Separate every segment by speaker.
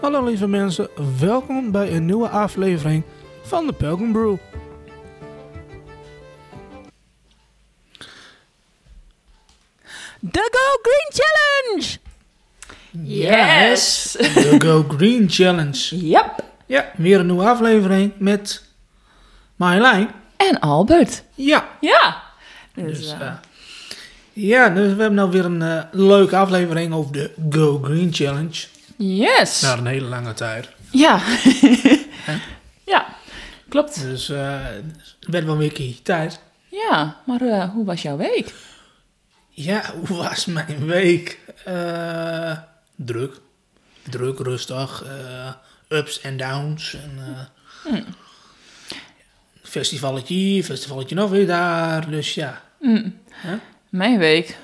Speaker 1: Hallo lieve mensen, welkom bij een nieuwe aflevering van de Pelgrim Brew.
Speaker 2: De Go Green Challenge! Yes!
Speaker 1: De Go Green Challenge.
Speaker 2: Yep.
Speaker 1: Ja, weer een nieuwe aflevering met Marjolein.
Speaker 2: En Albert.
Speaker 1: Ja.
Speaker 2: Ja. Dus,
Speaker 1: Dus,
Speaker 2: eh,
Speaker 1: eh, ja, dus we hebben nou weer een eh, leuke aflevering over de Go Green Challenge.
Speaker 2: yes.
Speaker 1: Na een hele lange tijd.
Speaker 2: Ja. ja, klopt.
Speaker 1: Dus eh, het werd wel weer een keer tijd.
Speaker 2: Ja, maar eh, hoe was jouw week?
Speaker 1: Ja, hoe was mijn week? Eh, druk. Druk, rustig. eh, ups en downs. En, eh, Festivalletje hier, festivalletje nog weer daar. Dus ja.
Speaker 2: Mijn week?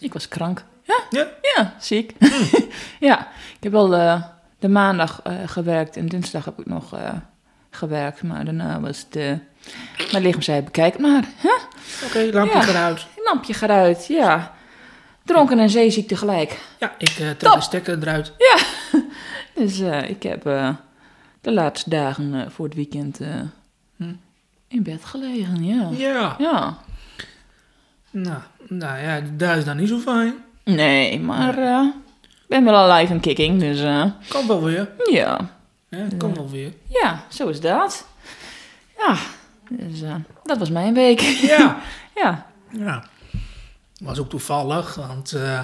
Speaker 2: Ik was krank. Ja,
Speaker 1: Ja,
Speaker 2: ja ziek. ja, ik heb wel eh, de maandag eh, gewerkt en dinsdag heb ik nog eh, gewerkt. Maar daarna was de... Mijn lichaam zei, bekijk maar. Huh?
Speaker 1: oké, lampje
Speaker 2: Ja.
Speaker 1: gaat uit.
Speaker 2: Een lampje gaat uit, ja. Dronken en zeeziek tegelijk.
Speaker 1: Ja, ik eh, trek
Speaker 2: Top.
Speaker 1: de stekker eruit.
Speaker 2: Dus eh, ik heb eh, de laatste dagen eh, voor het weekend eh, in bed gelegen, ja.
Speaker 1: Hm. Ja.
Speaker 2: Ja.
Speaker 1: Nou, nou ja, daar is dan niet zo fijn.
Speaker 2: Nee, maar eh, ik ben wel alive en kicking, dus eh,
Speaker 1: Komt wel weer.
Speaker 2: ja.
Speaker 1: Ja, komt wel weer.
Speaker 2: Ja, zo is dat. Ja, dus eh, dat was mijn week.
Speaker 1: Ja.
Speaker 2: ja.
Speaker 1: Ja. Was ook toevallig, want eh,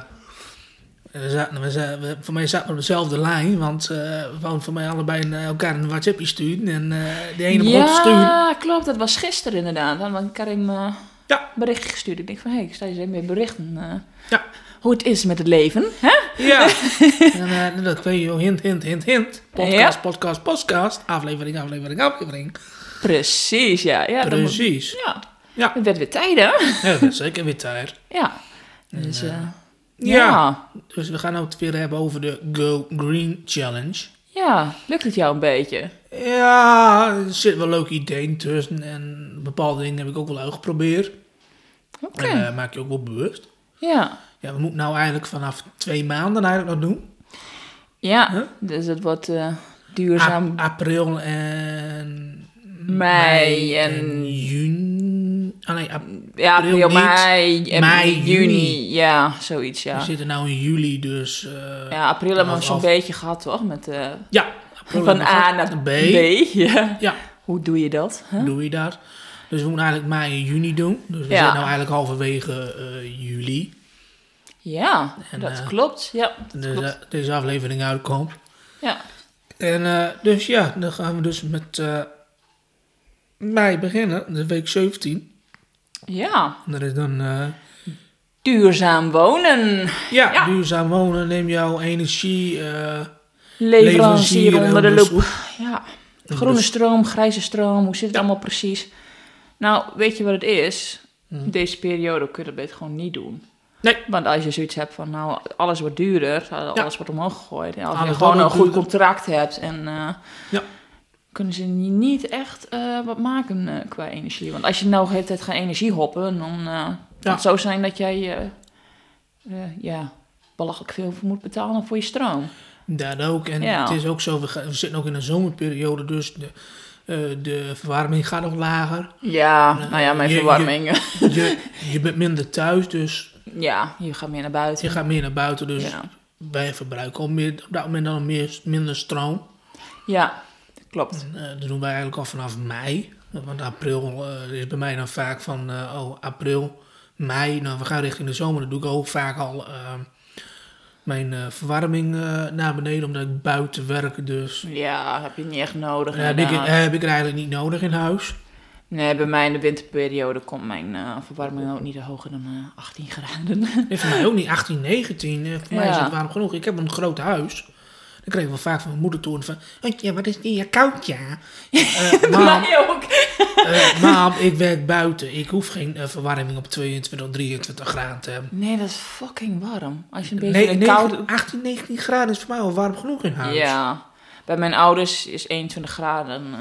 Speaker 1: we zaten, we za- we- voor mij zaten we op dezelfde lijn, want eh, we hadden voor mij allebei een, eh, elkaar een WhatsAppje sturen en eh, de ene begon te sturen.
Speaker 2: ja, klopt. Dat was gisteren inderdaad. Dan had ik Karim eh
Speaker 1: Ja.
Speaker 2: bericht gestuurd. Ik denk van, hé, ik sta je eens mee berichten. eh,
Speaker 1: Ja.
Speaker 2: Hoe het is met het leven, hè?
Speaker 1: Ja. en eh, dat weet je wel, hint, hint, hint, hint. Podcast, podcast, podcast, aflevering, aflevering, aflevering.
Speaker 2: Precies, ja. ja dan moet-
Speaker 1: Precies.
Speaker 2: Ja.
Speaker 1: Ja.
Speaker 2: Het werd weer tijd, hè?
Speaker 1: Ja, dat is zeker weer tijd.
Speaker 2: Ja. Dus, eh,
Speaker 1: ja.
Speaker 2: ja.
Speaker 1: Dus we gaan het weer hebben over de Go Green Challenge.
Speaker 2: Ja, lukt het jou een beetje?
Speaker 1: Ja, er zit wel een leuk idee tussen en bepaalde dingen heb ik ook wel uitgeprobeerd.
Speaker 2: Oké.
Speaker 1: En eh, maak je ook wel bewust.
Speaker 2: ja.
Speaker 1: Ja, we moeten nou eigenlijk vanaf twee maanden eigenlijk nog doen.
Speaker 2: Ja,
Speaker 1: Huh?
Speaker 2: dus het wordt eh,
Speaker 1: A-
Speaker 2: duurzaam
Speaker 1: april en...
Speaker 2: mei en...
Speaker 1: en juni. Ah nee, ap-
Speaker 2: Ja,
Speaker 1: april
Speaker 2: april,
Speaker 1: niet.
Speaker 2: mei en
Speaker 1: Mei,
Speaker 2: juni.
Speaker 1: juni.
Speaker 2: Ja, zoiets,
Speaker 1: we
Speaker 2: ja.
Speaker 1: zitten nou in juli, dus... eh,
Speaker 2: Ja, april hebben we
Speaker 1: Af-
Speaker 2: zo'n
Speaker 1: af-
Speaker 2: beetje gehad, toch? Met, eh,
Speaker 1: ja, april hebben
Speaker 2: van
Speaker 1: we
Speaker 2: A
Speaker 1: gehad.
Speaker 2: naar
Speaker 1: En
Speaker 2: B. Ja.
Speaker 1: Ja,
Speaker 2: Hoe doe je dat? hè?
Speaker 1: doe je dat. Dus we moeten eigenlijk mei en juni doen. Dus we
Speaker 2: Ja.
Speaker 1: zitten nou eigenlijk halverwege eh, juli.
Speaker 2: Ja,
Speaker 1: En,
Speaker 2: dat
Speaker 1: eh,
Speaker 2: klopt. Ja, dat
Speaker 1: Dus
Speaker 2: klopt.
Speaker 1: dat deze aflevering uitkomt.
Speaker 2: Ja.
Speaker 1: En eh, dus ja, dan gaan we dus met eh, mei beginnen, de week 17.
Speaker 2: ja,
Speaker 1: En dat is dan... eh,
Speaker 2: duurzaam wonen.
Speaker 1: Ja,
Speaker 2: Ja.
Speaker 1: duurzaam wonen, neem jouw energie. eh
Speaker 2: Leverancier onder de loep.
Speaker 1: onderzoek.
Speaker 2: Ja,
Speaker 1: Dus
Speaker 2: groene stroom, grijze stroom, hoe zit het allemaal precies? Nou, weet je wat het is? Deze periode kun je dat beter gewoon niet doen.
Speaker 1: Hmm. Nee.
Speaker 2: Want als je zoiets hebt van, nou, alles wordt duurder, alles wordt omhoog gegooid. En als
Speaker 1: Alles
Speaker 2: je gewoon een
Speaker 1: wordt
Speaker 2: goed
Speaker 1: duurder.
Speaker 2: contract hebt en... eh,
Speaker 1: Ja.
Speaker 2: Kunnen ze niet echt eh, wat maken eh, qua energie? Want als je nou de hele tijd gaat energie hoppen, dan eh, kan het zo zijn dat jij eh, eh, ja, belachelijk veel voor moet betalen voor je stroom.
Speaker 1: Dat ook. En
Speaker 2: Ja.
Speaker 1: het is ook zo, we, gaan- we zitten ook in een zomerperiode, dus de, eh, de verwarming gaat nog lager.
Speaker 2: Ja, nou ja, mijn
Speaker 1: je- je-
Speaker 2: verwarming.
Speaker 1: Je, je bent minder thuis, dus
Speaker 2: Ja, je gaat meer naar
Speaker 1: je
Speaker 2: buiten.
Speaker 1: gaat meer naar buiten. Dus
Speaker 2: Ja.
Speaker 1: wij verbruiken al meer, op dat moment dan al meer, minder stroom.
Speaker 2: Ja, klopt.
Speaker 1: Eh, dat doen wij eigenlijk al vanaf mei. Want april eh, is bij mij dan vaak van, eh, oh, april, mei, nou, we gaan richting de zomer. Dan doe ik ook vaak al eh, mijn eh, verwarming eh, naar beneden, omdat ik buiten werk. Dus
Speaker 2: Ja, nou. heb je niet echt nodig.
Speaker 1: eh, heb, ik,
Speaker 2: inderdaad.
Speaker 1: eh, heb ik er eigenlijk niet nodig in huis.
Speaker 2: Nee, bij mij in de winterperiode komt mijn eh, verwarming ook niet hoger dan eh, 18 graden.
Speaker 1: Nee, voor mij ook niet, 18, 19. eh, voor mij is
Speaker 2: Ja.
Speaker 1: het warm genoeg. Ik heb een groot huis. Dan kreeg ik wel vaak van mijn moeder toen van, "Oh, ja, wat is die, koud ja. Eh,
Speaker 2: Bij
Speaker 1: mam,
Speaker 2: mij ook.
Speaker 1: eh, mam, ik werk buiten. Ik hoef geen eh, verwarming op 22, 23 graden te hebben.
Speaker 2: Nee, dat is fucking warm. Als je een beetje
Speaker 1: Nee,
Speaker 2: een koude...
Speaker 1: 18, 19 graden is voor mij al warm genoeg in huis.
Speaker 2: Ja, bij mijn ouders is 21 graden, eh,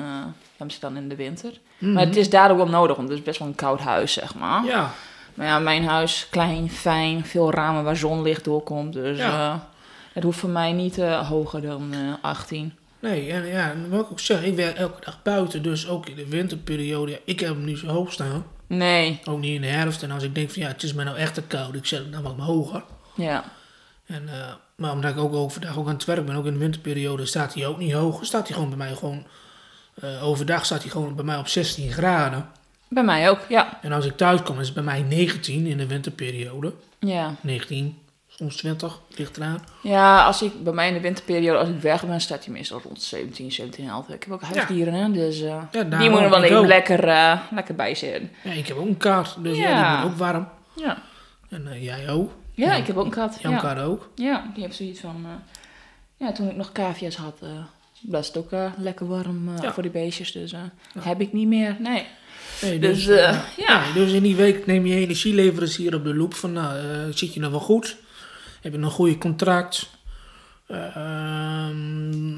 Speaker 2: hebben ze dan in de winter. Maar het is daar ook wel nodig, want het is best wel een koud huis, zeg maar.
Speaker 1: Mhm. Ja.
Speaker 2: Nou Maar ja, mijn huis, klein, fijn, veel ramen waar zonlicht doorkomt. Dus
Speaker 1: Ja.
Speaker 2: eh, Het hoeft voor mij niet eh, hoger dan eh, 18.
Speaker 1: Nee, en ja, en wat ik ook zeg, ik werk elke dag buiten. Dus ook in de winterperiode, ja, ik heb hem niet zo hoog staan.
Speaker 2: Nee,
Speaker 1: Ook niet in de herfst. En als ik denk van ja, het is mij nou echt te koud, ik zet hem dan wat hoger.
Speaker 2: ja.
Speaker 1: En, eh, maar omdat ik ook overdag ook aan het werk ben, ook in de winterperiode, staat hij ook niet hoog. Staat hij gewoon bij mij gewoon, eh, overdag staat hij gewoon bij mij op 16 graden.
Speaker 2: Bij mij ook, ja.
Speaker 1: En als ik thuis kom, is het bij mij 19 in de winterperiode.
Speaker 2: Ja,
Speaker 1: 19, soms 20, ligt eraan.
Speaker 2: ja als ik, bij mij in de winterperiode, als ik weg ben, staat hij meestal rond 17, 17,5. Ik heb ook huisdieren, hè, dus eh,
Speaker 1: daarom
Speaker 2: die moeten
Speaker 1: ook.
Speaker 2: wel
Speaker 1: Ik ook.
Speaker 2: even lekker, eh, lekker bij zitten.
Speaker 1: Ja, ik heb ook een kaart, dus ja,
Speaker 2: Ja.
Speaker 1: die wordt ook warm.
Speaker 2: Ja.
Speaker 1: En eh, jij ook,
Speaker 2: ja, ik heb ook een kat.
Speaker 1: jouw
Speaker 2: ja.
Speaker 1: kaart ook.
Speaker 2: Ja, die heb zoiets van. eh, ja, toen ik nog cavia's had, eh was het ook eh, lekker warm eh,
Speaker 1: Ja.
Speaker 2: voor die beestjes. Dus eh, heb ik niet meer. Nee.
Speaker 1: Nee,
Speaker 2: Dus,
Speaker 1: dus,
Speaker 2: eh,
Speaker 1: eh,
Speaker 2: ja.
Speaker 1: nee, dus in die week neem je energieleverancier hier op de loop van, nou, eh, zit je nou wel goed? Heb je een goede contract? Eh, Ehm,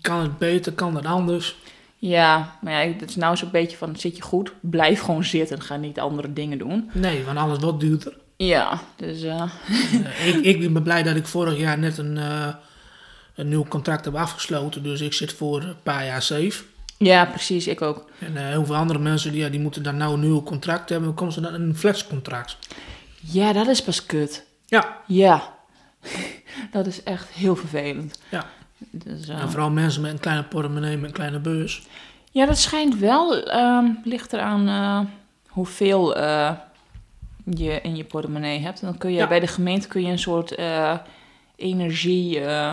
Speaker 1: kan het beter, kan het anders?
Speaker 2: Ja, maar ja, ik- het is nou zo'n beetje van: zit je goed? Blijf gewoon zitten. Ga niet andere dingen doen.
Speaker 1: Nee, want alles wordt duurder.
Speaker 2: Ja, dus. eh,
Speaker 1: Eh, ik, ik ben blij dat ik vorig jaar net een, eh, een nieuw contract heb afgesloten, dus ik zit voor een paar jaar safe.
Speaker 2: ja, precies. Ik ook.
Speaker 1: En eh, heel veel andere mensen die, ja, die moeten dan nou een nieuw contract hebben, dan komen ze dan een flexcontract.
Speaker 2: Ja, dat is pas kut.
Speaker 1: Ja,
Speaker 2: Ja. dat is echt heel vervelend.
Speaker 1: ja. Nou,
Speaker 2: Dus, eh,
Speaker 1: En vooral mensen met een kleine portemonnee, met een kleine beurs.
Speaker 2: Ja, dat schijnt wel. ehm ligt eraan eh, hoeveel eh, je in je portemonnee hebt. En dan kun je
Speaker 1: Ja.
Speaker 2: bij de gemeente kun je een soort eh, energie. eh,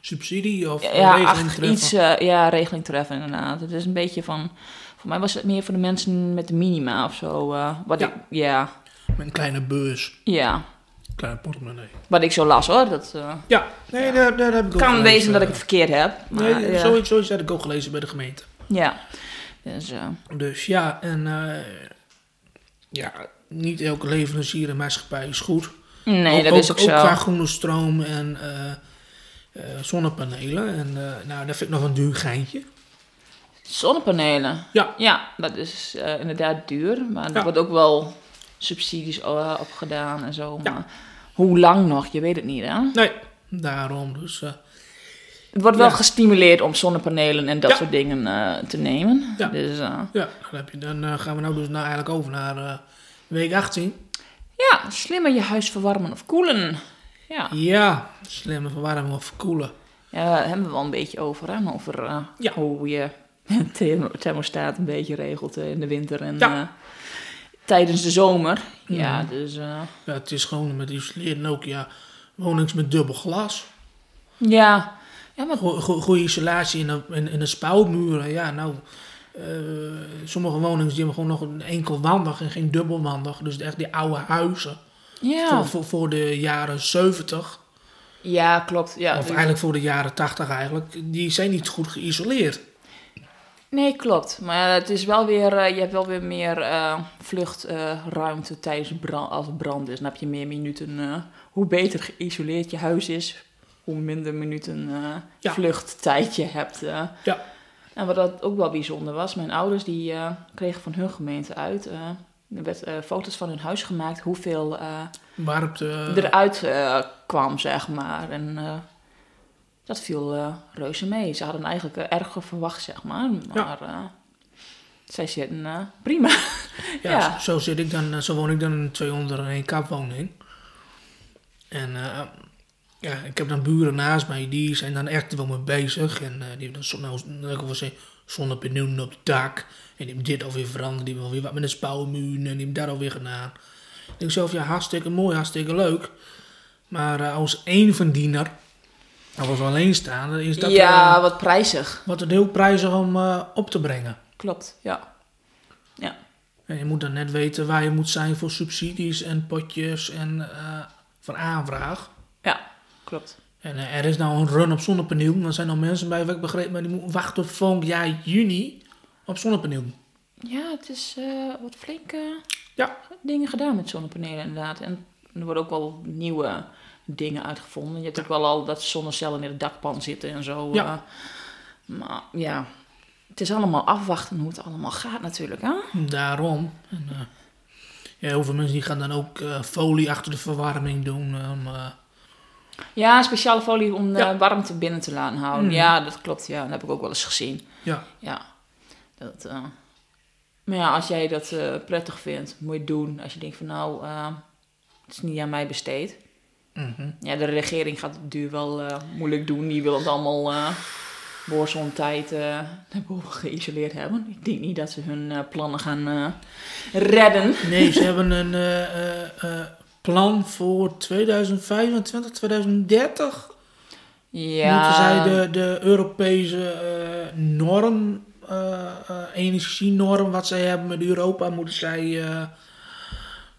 Speaker 1: Subsidie of
Speaker 2: ja,
Speaker 1: regeling
Speaker 2: achter
Speaker 1: treffen.
Speaker 2: iets. eh, ja, regeling treffen inderdaad. Het is een beetje van. Voor mij was het meer voor de mensen met de minima of zo. eh, wat
Speaker 1: Ja.
Speaker 2: Ik, ja,
Speaker 1: Met een kleine beurs,
Speaker 2: ja.
Speaker 1: kleine portemonnee.
Speaker 2: Wat ik zo las hoor. Dat eh,
Speaker 1: Ja, nee, Daar, daar heb ik ook
Speaker 2: kan
Speaker 1: gelezen.
Speaker 2: wezen dat ik het verkeerd heb. Maar,
Speaker 1: eh, Nee,
Speaker 2: ja.
Speaker 1: zoiets, zoiets had ik ook gelezen bij de gemeente.
Speaker 2: ja. Dus, eh,
Speaker 1: Dus ja, en eh, ja, niet elke leverancier en maatschappij is goed.
Speaker 2: nee, dat is ook,
Speaker 1: Ook
Speaker 2: zo.
Speaker 1: qua groene stroom en eh, eh, zonnepanelen. En eh, nou, dat vind ik nog een duur geintje.
Speaker 2: Zonnepanelen.
Speaker 1: Ja.
Speaker 2: Ja, dat is eh, inderdaad duur. Maar er
Speaker 1: Ja.
Speaker 2: wordt ook wel subsidies eh, op gedaan en zo.
Speaker 1: Ja.
Speaker 2: Maar hoe lang nog? Je weet het niet, hè?
Speaker 1: Nee, daarom dus... eh,
Speaker 2: Het wordt wel
Speaker 1: Ja.
Speaker 2: gestimuleerd om zonnepanelen en dat
Speaker 1: Ja.
Speaker 2: soort dingen eh, te nemen.
Speaker 1: Ja.
Speaker 2: Dus eh,
Speaker 1: Ja, dan, heb je, dan eh, gaan we nou dus nou eigenlijk over naar eh, week 18.
Speaker 2: ja, slimmer je huis verwarmen of koelen. Ja,
Speaker 1: Ja, slimme verwarming of verkoelen.
Speaker 2: ja daar hebben we wel een beetje over, hè? Over eh,
Speaker 1: Ja.
Speaker 2: hoe je thermo- thermostaat een beetje regelt eh, in de winter en
Speaker 1: Ja.
Speaker 2: eh, tijdens de zomer.
Speaker 1: Mhm.
Speaker 2: Ja, dus eh,
Speaker 1: Ja, het is gewoon met isoleerd en ook ja, wonings met dubbel glas.
Speaker 2: ja. Ja, maar
Speaker 1: Go- go- Goede isolatie in de, in, in de spouwmuren. Ja, nou, eh, sommige woningen die hebben gewoon nog een enkelwandig en geen dubbelwandig. Dus echt die oude huizen.
Speaker 2: ja.
Speaker 1: Voor, voor, voor de jaren 70,
Speaker 2: Ja, klopt. Ja,
Speaker 1: of
Speaker 2: dus-
Speaker 1: eigenlijk voor de jaren 80 eigenlijk, die zijn niet goed geïsoleerd.
Speaker 2: Nee, klopt. Maar het is wel weer, eh, je hebt wel weer meer eh, vluchtruimte tijdens brand, als het brand is. Dan heb je meer minuten. eh, hoe beter geïsoleerd je huis is, hoe minder minuten eh
Speaker 1: Ja.
Speaker 2: vluchttijd je hebt. eh.
Speaker 1: Ja.
Speaker 2: En wat dat ook wel bijzonder was, mijn ouders die eh, kregen van hun gemeente uit. eh, er werd eh, foto's van hun huis gemaakt, hoeveel eh,
Speaker 1: Warmte.
Speaker 2: eruit eh, kwam, zeg maar. En eh, dat viel eh, reuze mee. Ze hadden eigenlijk eh, erger verwacht, zeg maar. Maar eh, zij zitten eh, prima.
Speaker 1: Ja,
Speaker 2: Ja.
Speaker 1: Zo, zo zit ik dan, eh, zo woon ik dan in een 201 kapwoning. En eh, ja, ik heb dan buren naast mij, die zijn dan echt wel mee bezig. En eh, die hebben dan zo- nou, nou, ik wil zeggen, zonnepanelen op het dak. En die hebben dit alweer veranderd, die hebben alweer wat met een spouwmuur en die hebben daar alweer gedaan. Ik denk zelf, ja, hartstikke mooi, hartstikke leuk. Maar eh, als één verdiener, of als alleenstaande, is dat
Speaker 2: ja,
Speaker 1: eh,
Speaker 2: wat prijzig.
Speaker 1: wat het heel prijzig om eh, op te brengen.
Speaker 2: Klopt, ja. Ja,
Speaker 1: En je moet dan net weten waar je moet zijn voor subsidies en potjes en eh, van aanvraag.
Speaker 2: ja klopt.
Speaker 1: En eh, er is nou een run op zonnepaneel. Er zijn nou mensen bij, wat ik begreep, maar die moeten wachten tot volgend jaar juni op zonnepaneel.
Speaker 2: Ja, het is eh, wat flinke
Speaker 1: Ja.
Speaker 2: dingen gedaan met zonnepanelen inderdaad. En er worden ook wel nieuwe dingen uitgevonden. Je hebt ook wel al dat zonnecellen in het dakpan zitten en zo.
Speaker 1: Ja.
Speaker 2: eh. maar ja, het is allemaal afwachten hoe het allemaal gaat natuurlijk, hè?
Speaker 1: Daarom. En, eh, ja, heel veel mensen die gaan dan ook eh, folie achter de verwarming doen. eh, om, eh,
Speaker 2: Ja, speciale folie om de
Speaker 1: Ja.
Speaker 2: warmte binnen te laten houden.
Speaker 1: Mm.
Speaker 2: Ja, dat klopt. Ja, dat heb ik ook wel eens gezien.
Speaker 1: Ja,
Speaker 2: Ja. Dat, eh, Maar ja, als jij dat eh, prettig vindt, moet je het doen. Als je denkt van nou, eh, het is niet aan mij besteed.
Speaker 1: Mhm.
Speaker 2: Ja, de regering gaat het duur wel eh, moeilijk doen. Die wil het allemaal eh voor zo'n tijd eh, naar boven geïsoleerd hebben. Ik denk niet dat ze hun eh, plannen gaan eh, redden.
Speaker 1: nee, ze hebben een eh, eh, eh, plan voor 2025, 2030.
Speaker 2: Ja.
Speaker 1: Moeten zij de, de Europese eh, norm, eh, eh, energienorm wat zij hebben met Europa, moeten zij eh,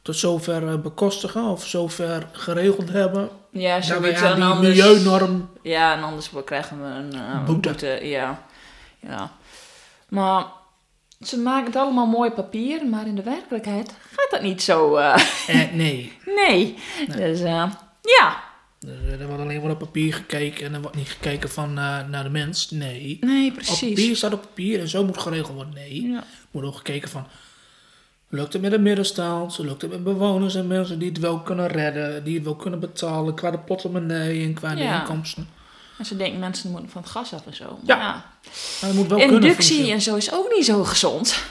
Speaker 1: tot zover eh, bekostigen of zover geregeld hebben.
Speaker 2: Ja,
Speaker 1: Ja,
Speaker 2: zoiets.
Speaker 1: nou ja,
Speaker 2: en
Speaker 1: die
Speaker 2: anders-
Speaker 1: milieunorm.
Speaker 2: Ja, en anders krijgen we een eh,
Speaker 1: Boete.
Speaker 2: Ja. ja. Maar ze maken het allemaal mooi papier, maar in de werkelijkheid gaat dat niet zo. eh,
Speaker 1: Eh, nee,
Speaker 2: nee. Dus eh, ja.
Speaker 1: er, er wordt alleen maar op papier gekeken en er wordt niet gekeken van, eh, naar de mens. Nee.
Speaker 2: Nee,
Speaker 1: Op
Speaker 2: precies.
Speaker 1: papier staat op papier en zo moet geregeld worden. Nee.
Speaker 2: Ja.
Speaker 1: wordt ook gekeken van... Lukt het met de middenstand? Lukt het met bewoners en mensen die het wel kunnen redden? Die het wel kunnen betalen qua de portemonnee en qua de
Speaker 2: Ja.
Speaker 1: inkomsten?
Speaker 2: En ze denken mensen moeten van het gas af en zo.
Speaker 1: Ja,
Speaker 2: Maar
Speaker 1: Maar het moet wel kunnen
Speaker 2: Inductie
Speaker 1: functioneren.
Speaker 2: en zo is ook niet zo gezond.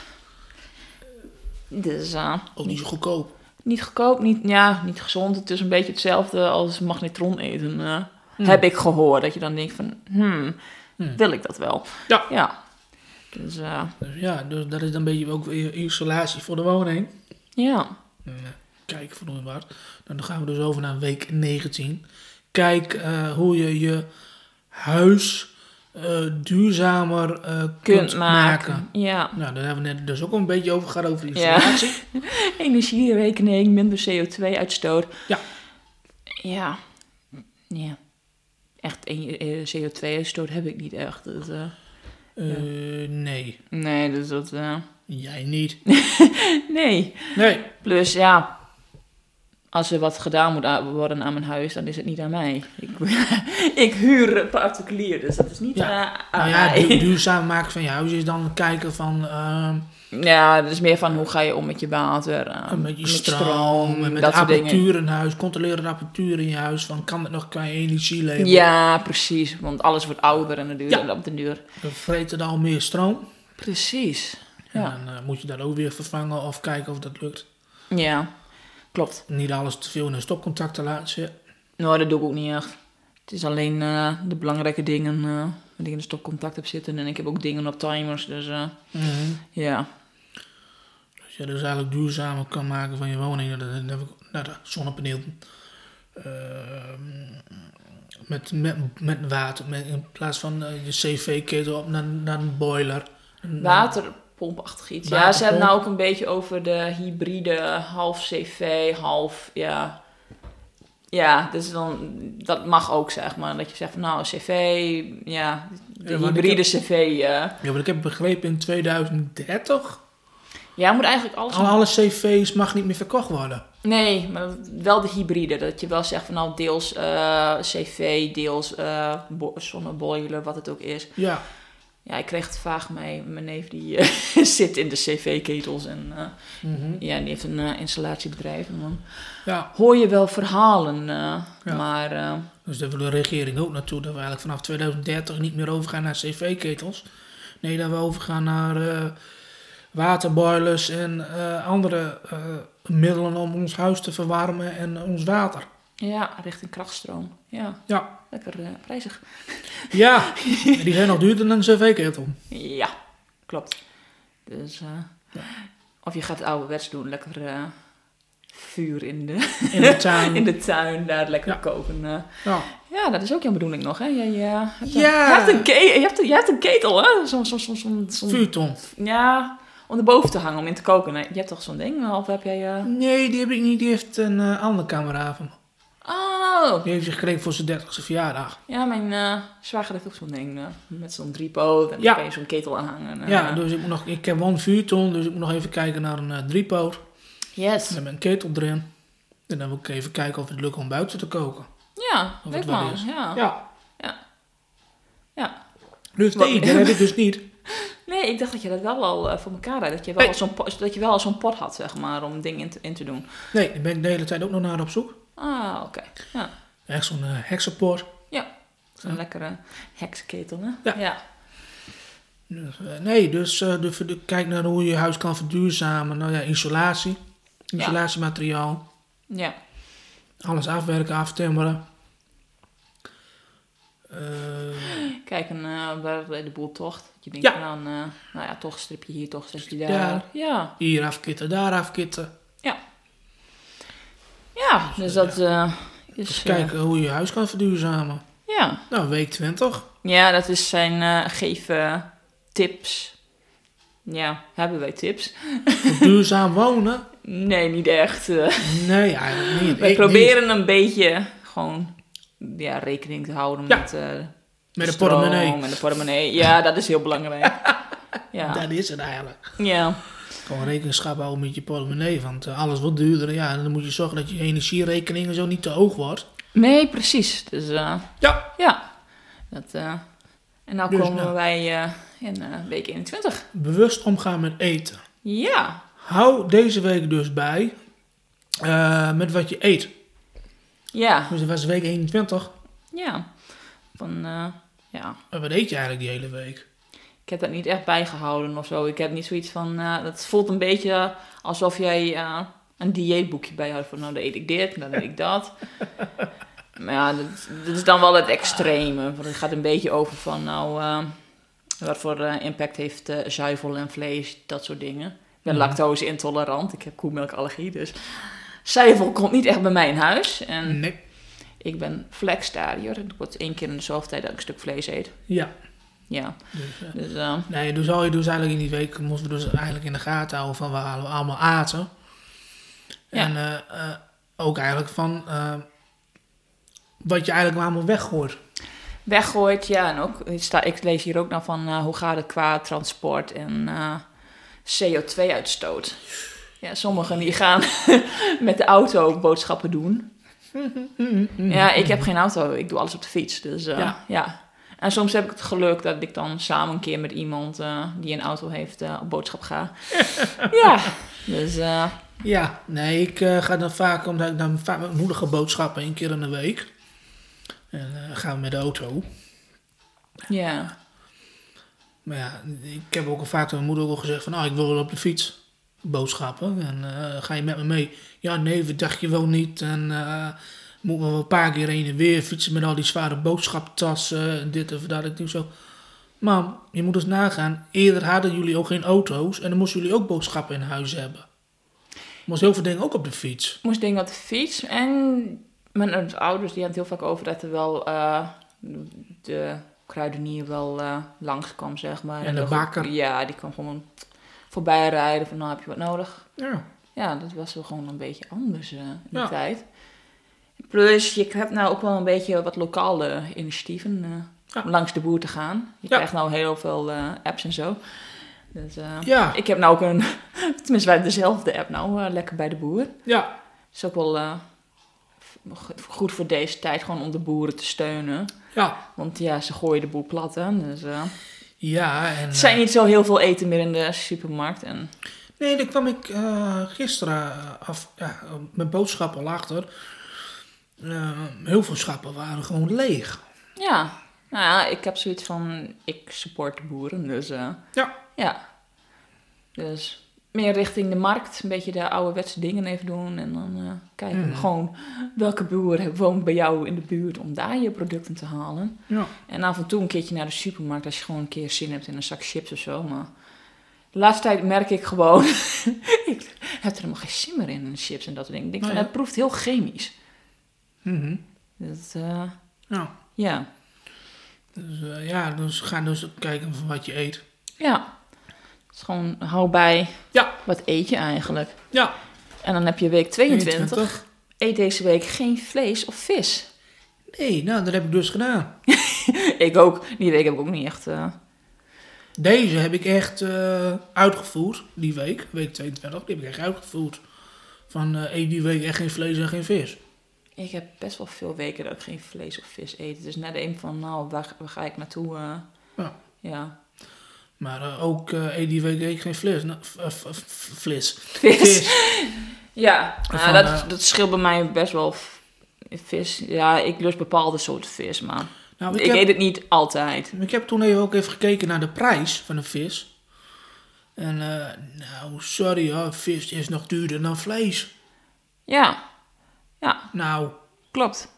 Speaker 2: Dus eh,
Speaker 1: Ook niet zo goedkoop.
Speaker 2: Niet goedkoop, niet, ja, niet gezond. Het is een beetje hetzelfde als magnetron eten. eh,
Speaker 1: Hm.
Speaker 2: Heb ik gehoord. Dat je dan denkt van, hmm,
Speaker 1: Hmm.
Speaker 2: wil ik dat wel?
Speaker 1: Ja.
Speaker 2: Ja. Dus eh,
Speaker 1: Dus ja, dus dat is dan een beetje ook weer isolatie voor de woning. eh,
Speaker 2: ja.
Speaker 1: Kijk, vloeibaar. Nou, Dan gaan we dus over naar week 19. Kijk eh, hoe je je huis eh, duurzamer eh,
Speaker 2: Kunt,
Speaker 1: kunt,
Speaker 2: maken.
Speaker 1: maken.
Speaker 2: Ja.
Speaker 1: Nou, daar hebben we net dus ook een beetje over gehad over die
Speaker 2: Ja.
Speaker 1: isolatie.
Speaker 2: Energierekening, minder CO2-uitstoot.
Speaker 1: Ja.
Speaker 2: Ja. Ja. Echt, en- eh, CO2-uitstoot heb ik niet echt. Dus, eh,
Speaker 1: Eh, Nee,
Speaker 2: nee, dus dat... eh,
Speaker 1: jij niet.
Speaker 2: nee.
Speaker 1: Nee.
Speaker 2: Plus, ja, als er wat gedaan moet a- worden aan mijn huis, dan is het niet aan mij. Ik, ik huur een particulier, dus dat is niet
Speaker 1: Ja.
Speaker 2: eh,
Speaker 1: Nou
Speaker 2: aan
Speaker 1: ja,
Speaker 2: mij.
Speaker 1: du- duurzaam maken van je huis is dan kijken van ehm,
Speaker 2: ja, het is meer van hoe ga je om met je water. eh,
Speaker 1: met je stroom en met de
Speaker 2: dat soort dingen.
Speaker 1: apparatuur in huis, controleren de apparatuur in je huis, van kan het nog qua energie leveren?
Speaker 2: Ja, precies. Want alles wordt ouder en het duurt
Speaker 1: Ja.
Speaker 2: en op de duur.
Speaker 1: Dan vreet het al meer stroom
Speaker 2: Precies. Ja.
Speaker 1: en dan eh, moet je dat ook weer vervangen of kijken of dat lukt.
Speaker 2: ja, klopt.
Speaker 1: Niet alles te veel in een stopcontact te laten zitten.
Speaker 2: Nou, dat doe ik ook niet echt. Het is alleen eh, de belangrijke dingen eh waar ik in de stopcontact heb zitten. En ik heb ook dingen op timers, dus eh, ja.
Speaker 1: Als je dus eigenlijk duurzamer kan maken van je woning, dan heb ik nou, dat zonnepaneel. ehm, met, met, met water, met, in plaats van eh, je cv-ketel op naar, naar een boiler.
Speaker 2: Waterpompachtig iets. Ja, ze
Speaker 1: Mhm. Waterpomp.
Speaker 2: hebben nou ook een beetje over de hybride, half CV, half, ja. Ja, dus dan, dat mag ook, zeg maar. Dat je zegt van, nou, CV, ja, de
Speaker 1: Ja, want ik
Speaker 2: hybride CV. eh.
Speaker 1: Ja, want ik heb begrepen in 2030
Speaker 2: ja, moet eigenlijk alles...
Speaker 1: al alle cv's mag niet meer verkocht worden.
Speaker 2: Nee, maar dat- wel de hybride. Dat je wel zegt van, nou, deels eh, CV, deels eh, bo- zonneboiler, wat het ook is.
Speaker 1: Ja,
Speaker 2: Ja, ik kreeg het vaag mee. Mijn neef die eh, zit in de CV-ketels en eh,
Speaker 1: mhm.
Speaker 2: ja, die heeft een eh, installatiebedrijf. En dan
Speaker 1: ja.
Speaker 2: hoor je wel verhalen, eh,
Speaker 1: Ja.
Speaker 2: maar eh,
Speaker 1: dus daar wil de regering ook naartoe. Dat we eigenlijk vanaf 2030 niet meer overgaan naar cv-ketels. Nee, dat we overgaan naar eh, waterboilers en eh, andere eh, middelen om ons huis te verwarmen en ons water.
Speaker 2: ja, richting krachtstroom. Ja,
Speaker 1: Ja,
Speaker 2: lekker eh, prijzig.
Speaker 1: ja. die zijn nog duurder dan een cv-ketel.
Speaker 2: Ja, klopt. Dus, eh, of je gaat het ouderwets doen, lekker eh, vuur in de,
Speaker 1: In de tuin.
Speaker 2: in de tuin, daar lekker
Speaker 1: Ja.
Speaker 2: koken. eh.
Speaker 1: Ja.
Speaker 2: ja, dat is ook jouw bedoeling nog, hè? Jij, eh, hebt een-
Speaker 1: Ja.
Speaker 2: je, hebt een ke- je, hebt een, je hebt een ketel, hè? Zo'n, zo'n, zo'n, zo'n, zo'n-
Speaker 1: Vuurton.
Speaker 2: ja, om erboven te hangen, om in te koken. Nee, je hebt toch zo'n ding, of heb jij... eh,
Speaker 1: Nee, die heb ik niet. Die heeft een eh, andere camera van me.
Speaker 2: Oh,
Speaker 1: Die heeft ze gekregen voor zijn 30ste verjaardag.
Speaker 2: Ja, mijn eh zwager heeft ook zo'n ding. eh, met zo'n driepoot en
Speaker 1: Ja.
Speaker 2: dan kan je zo'n ketel aanhangen. eh.
Speaker 1: Ja, dus ik, moet nog, ik heb wel een vuurton, dus ik moet nog even kijken naar een eh, driepoot.
Speaker 2: Yes.
Speaker 1: En met een ketel erin. En dan wil ik even kijken of het lukt om buiten te koken.
Speaker 2: Ja,
Speaker 1: Of
Speaker 2: leuk
Speaker 1: het wel
Speaker 2: man.
Speaker 1: is.
Speaker 2: Ja. Ja.
Speaker 1: Ja.
Speaker 2: ja.
Speaker 1: Dus
Speaker 2: Wat-
Speaker 1: nee, dat heb ik dus niet.
Speaker 2: Nee, ik dacht dat je dat wel al eh, voor elkaar had. Dat je wel
Speaker 1: Nee.
Speaker 2: al zo'n pot, dat je wel al zo'n pot had, zeg maar, om dingen in te, in te doen.
Speaker 1: Nee, daar ben ik de hele tijd ook nog naar op zoek.
Speaker 2: Ah, oké. Ja.
Speaker 1: Echt zo'n eh, heksenpot.
Speaker 2: Ja, zo'n lekkere heksenketel, hè?
Speaker 1: Ja.
Speaker 2: ja.
Speaker 1: Dus, eh, nee, dus eh, de, de- kijk naar hoe je je huis kan verduurzamen. Nou ja, isolatie. Isolatiemateriaal.
Speaker 2: Ja.
Speaker 1: Alles afwerken, aftimmeren. Eh,
Speaker 2: Kijk, en eh, bij- bij de boeltocht. Je denkt
Speaker 1: Ja.
Speaker 2: van, dan, eh, nou ja, toch stripje hier, toch stripje daar.
Speaker 1: Daar.
Speaker 2: Ja,
Speaker 1: hier afkitten, daar afkitten.
Speaker 2: ja. Ja, dus dat eh, is...
Speaker 1: Dus
Speaker 2: eh,
Speaker 1: kijken hoe je je huis kan verduurzamen.
Speaker 2: ja.
Speaker 1: Nou, week 20.
Speaker 2: ja, dat is zijn eh, geef eh, tips. Ja, hebben wij tips?
Speaker 1: Voor duurzaam wonen?
Speaker 2: Nee, niet echt. eh.
Speaker 1: Nee, eigenlijk niet.
Speaker 2: wij
Speaker 1: Ik
Speaker 2: proberen een beetje gewoon ja, rekening te houden
Speaker 1: Ja.
Speaker 2: met... eh,
Speaker 1: niet. Met een
Speaker 2: stroom
Speaker 1: portemonnee.
Speaker 2: en de portemonnee. Ja, dat is heel belangrijk. ja.
Speaker 1: Dat is het eigenlijk.
Speaker 2: ja.
Speaker 1: Gewoon rekenschap houden met je portemonnee. Want eh, alles wordt duurder. Ja, en dan moet je zorgen dat je energierekening en zo niet te hoog wordt.
Speaker 2: Nee, precies. Dus eh,
Speaker 1: Ja.
Speaker 2: ja. Dat, eh, en nou
Speaker 1: Dus
Speaker 2: komen
Speaker 1: nou.
Speaker 2: wij eh, in eh, week 21.
Speaker 1: Bewust omgaan met eten.
Speaker 2: Ja.
Speaker 1: Hou deze week dus bij eh, met wat je eet.
Speaker 2: Ja.
Speaker 1: Dus dat was week 21.
Speaker 2: Ja. Van, eh, ja.
Speaker 1: Maar wat eet je eigenlijk die hele week?
Speaker 2: Ik heb dat niet echt bijgehouden of zo. Ik heb niet zoiets van... eh het voelt een beetje alsof jij eh, een dieetboekje bijhoudt. Van nou, dan eet ik dit en dan eet ik dat. Maar ja, dat, dat is dan wel het extreme. Want het gaat een beetje over van nou... eh, wat voor eh, impact heeft eh, zuivel en vlees, dat soort dingen. Ik ben
Speaker 1: Mhm.
Speaker 2: lactose intolerant. Ik heb koemelkallergie, dus... Zuivel komt niet echt bij mij in huis. En
Speaker 1: Nee.
Speaker 2: ik ben flextariër. Het wordt één keer in de zoveel tijd dat ik een stuk vlees eet.
Speaker 1: Ja.
Speaker 2: Ja,
Speaker 1: Dus, eh,
Speaker 2: dus... eh,
Speaker 1: nee, dus al je dus eigenlijk in die week moesten we dus eigenlijk in de gaten houden van waar we allemaal aten.
Speaker 2: Ja.
Speaker 1: En eh, eh, ook eigenlijk van eh, wat je eigenlijk allemaal weggooit.
Speaker 2: weggooit. Ja, en ook, ik, sta, ik lees hier ook nog van eh, hoe gaat het qua transport en eh, CO2-uitstoot. Ja, sommigen die gaan met de auto boodschappen doen. Ja, ik heb geen auto, ik doe alles op de fiets. Dus eh,
Speaker 1: Ja.
Speaker 2: ja. En soms heb ik het geluk dat ik dan samen een keer met iemand eh, die een auto heeft eh, op boodschap ga. ja, dus eh,
Speaker 1: Ja, nee, ik eh, ga dan vaak, omdat ik dan vaak met mijn moeder ga boodschappen één keer in de week. En eh, gaan we met de auto.
Speaker 2: ja.
Speaker 1: Maar ja, ik heb ook al vaak tegen mijn moeder ook al gezegd van, nou, ik wil wel op de fiets boodschappen. En eh, ga je met me mee? Ja, nee, dat dacht je wel niet. En eh moet me wel een paar keer heen en weer fietsen met al die zware boodschaptassen en dit of dat. Ik denk zo, mam, je moet eens nagaan. Eerder hadden jullie ook geen auto's en dan moesten jullie ook boodschappen in huis hebben. Moest heel veel dingen ook op de fiets.
Speaker 2: moest dingen op de fiets. En mijn ouders die hadden het heel vaak over dat er wel eh, de kruidenier wel eh langs kwam, zeg maar.
Speaker 1: En de
Speaker 2: ook-
Speaker 1: bakker.
Speaker 2: Ja, die kwam gewoon voorbij rijden van nou heb je wat nodig.
Speaker 1: Ja,
Speaker 2: Ja, dat was wel gewoon een beetje anders eh, in die
Speaker 1: Ja.
Speaker 2: tijd. Plus, je hebt nou ook wel een beetje wat lokale initiatieven eh,
Speaker 1: Ja.
Speaker 2: om langs de boer te gaan. Je
Speaker 1: Ja.
Speaker 2: krijgt nou heel veel eh, apps en zo. Dus, eh,
Speaker 1: Ja.
Speaker 2: Ik heb nou ook een, tenminste wij hebben dezelfde app nou, eh, Lekker bij de Boer
Speaker 1: ja,
Speaker 2: is ook wel eh, go- goed voor deze tijd, gewoon om de boeren te steunen.
Speaker 1: ja.
Speaker 2: Want ja, ze gooien de boel plat, hè. Dus, eh,
Speaker 1: Ja, en...
Speaker 2: er
Speaker 1: eh,
Speaker 2: zijn niet zo heel veel eten meer in de supermarkt. En,
Speaker 1: Nee, daar kwam ik eh, gisteren af, ja, mijn boodschap al achter. Eh, heel veel schappen waren gewoon leeg.
Speaker 2: ja, nou ja, ik heb zoiets van, ik support de boeren, dus eh,
Speaker 1: Ja.
Speaker 2: ja. Dus meer richting de markt, een beetje de ouderwetse dingen even doen. En dan eh, kijken we
Speaker 1: Mhm.
Speaker 2: gewoon welke boer woont bij jou in de buurt om daar je producten te halen.
Speaker 1: ja.
Speaker 2: En af en toe een keertje naar de supermarkt als je gewoon een keer zin hebt in een zak chips of zo. Maar de laatste tijd merk ik gewoon, ik heb er helemaal geen zin meer in, in chips en dat soort dingen. Ik denk
Speaker 1: Oh
Speaker 2: van,
Speaker 1: ja.
Speaker 2: het proeft heel chemisch.
Speaker 1: Mhm.
Speaker 2: Dat, eh,
Speaker 1: ja.
Speaker 2: ja.
Speaker 1: Dus, eh, ja, dus ga dus kijken van wat je eet.
Speaker 2: ja, het is gewoon hou bij,
Speaker 1: Ja,
Speaker 2: wat eet je eigenlijk?
Speaker 1: ja.
Speaker 2: En dan heb je week 22, eet deze week geen vlees of vis.
Speaker 1: Nee, nou, dat heb ik dus gedaan.
Speaker 2: ik ook, die week heb ik ook niet echt... eh,
Speaker 1: Deze heb ik echt eh, uitgevoerd, die week, week 22, die heb ik echt uitgevoerd. Van eh, eet die week echt geen vlees en geen vis.
Speaker 2: ik heb best wel veel weken dat ik geen vlees of vis eet. Dus net een van, nou, waar, waar ga ik naartoe? eh,
Speaker 1: Ja.
Speaker 2: ja,
Speaker 1: Maar eh, ook eh, eet die week echt geen vlees. Nou, v- v- v- vlees.
Speaker 2: Vis. Ja,
Speaker 1: Of
Speaker 2: nou,
Speaker 1: van,
Speaker 2: dat,
Speaker 1: eh,
Speaker 2: dat scheelt bij mij best wel. f- Vis, ja, ik lust bepaalde soorten vis, maar
Speaker 1: Nou,
Speaker 2: ik,
Speaker 1: ik,
Speaker 2: eet
Speaker 1: heb,
Speaker 2: het niet altijd.
Speaker 1: ik heb toen even ook even gekeken naar de prijs van een vis. En eh, nou, sorry hoor, vis is nog duurder dan vlees.
Speaker 2: Ja, ja,
Speaker 1: Nou,
Speaker 2: klopt.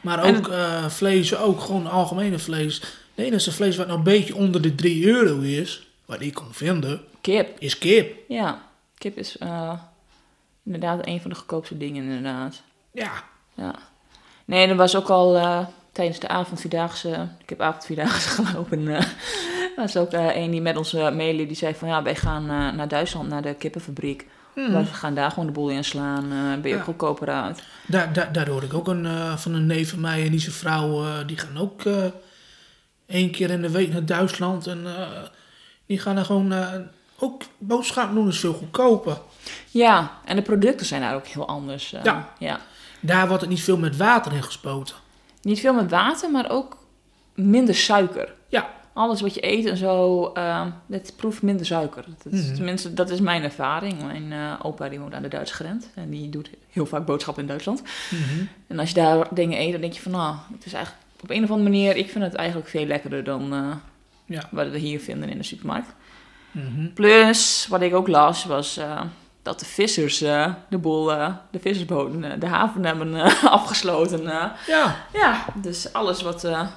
Speaker 1: maar
Speaker 2: En
Speaker 1: ook eh, vlees, ook gewoon algemene vlees. Het enige vlees wat nog een beetje onder de 3 euro is, wat ik kon vinden,
Speaker 2: Kip,
Speaker 1: is kip.
Speaker 2: ja. Kip is eh, inderdaad een van de goedkoopste dingen, inderdaad.
Speaker 1: Ja,
Speaker 2: Ja. Nee, dat was ook al eh, tijdens de avondvierdaagse. Ik heb avondvierdaagse gelopen. eh, was ook eh een die met ons eh meeliep. Die zei van ja, wij gaan eh, naar Duitsland, naar de kippenfabriek. We gaan daar gewoon de boel in slaan. eh ben je
Speaker 1: Hmm. Ja.
Speaker 2: ook goedkoper uit.
Speaker 1: daar, daar, daar hoorde ik ook een, eh, van een neef van mij en die zijn vrouw, eh, die gaan ook eh, één keer in de week naar Duitsland. En eh, die gaan daar gewoon eh, ook boodschappen doen, is veel goedkoper.
Speaker 2: Ja, en de producten zijn daar ook heel anders. eh,
Speaker 1: Ja.
Speaker 2: ja.
Speaker 1: Daar wordt het niet veel met water in gespoten.
Speaker 2: Niet veel met water, maar ook minder suiker.
Speaker 1: Ja,
Speaker 2: Alles wat je eet en zo, eh het proeft minder suiker. Dat is,
Speaker 1: Mhm.
Speaker 2: Tenminste, dat is mijn ervaring. Mijn eh, opa die woont aan de Duitse grens en die doet heel vaak boodschappen in Duitsland. En als je daar dingen eet, dan denk je van, nou, het is eigenlijk op een of andere manier, ik vind het eigenlijk veel lekkerder dan eh,
Speaker 1: ja.
Speaker 2: wat we hier vinden in de supermarkt. Mhm. Plus, wat ik ook las, was eh, dat de vissers eh, de boel, eh, de vissersboten, eh, de haven hebben eh, afgesloten. eh.
Speaker 1: ja.
Speaker 2: ja, dus alles wat, eh,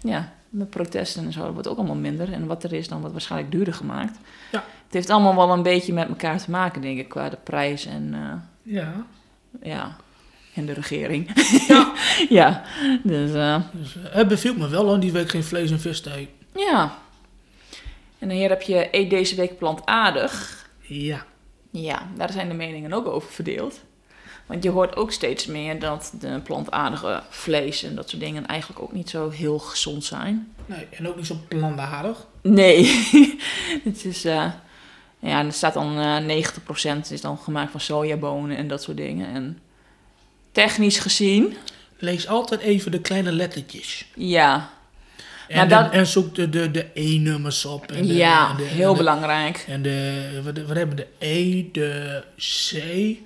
Speaker 2: ja, de protesten en zo, wordt ook allemaal minder. En wat er is, dan wordt waarschijnlijk duurder gemaakt.
Speaker 1: Ja.
Speaker 2: Het heeft allemaal wel een beetje met elkaar te maken, denk ik, qua de prijs en... eh,
Speaker 1: ja.
Speaker 2: ja. En de regering. Ja. ja. Dus eh,
Speaker 1: Dus, eh, het beviel me wel aan die week geen vlees en vis te eten.
Speaker 2: ja. En hier heb je eet deze week plantaardig.
Speaker 1: Ja.
Speaker 2: Ja, daar zijn de meningen ook over verdeeld. Want je hoort ook steeds meer dat de plantaardige vlees en dat soort dingen eigenlijk ook niet zo heel gezond zijn.
Speaker 1: Nee, en ook niet zo plandaardig.
Speaker 2: Nee. Het is, eh, ja, er staat dan eh 90% is dan gemaakt van sojabonen en dat soort dingen. En technisch gezien,
Speaker 1: Lees altijd even de kleine lettertjes.
Speaker 2: ja.
Speaker 1: En,
Speaker 2: dat-
Speaker 1: de- en zoek de, de, de E-nummers op. En de,
Speaker 2: ja,
Speaker 1: en de- en
Speaker 2: heel
Speaker 1: de-
Speaker 2: belangrijk.
Speaker 1: En de, wat, wat hebben we? De E, de C.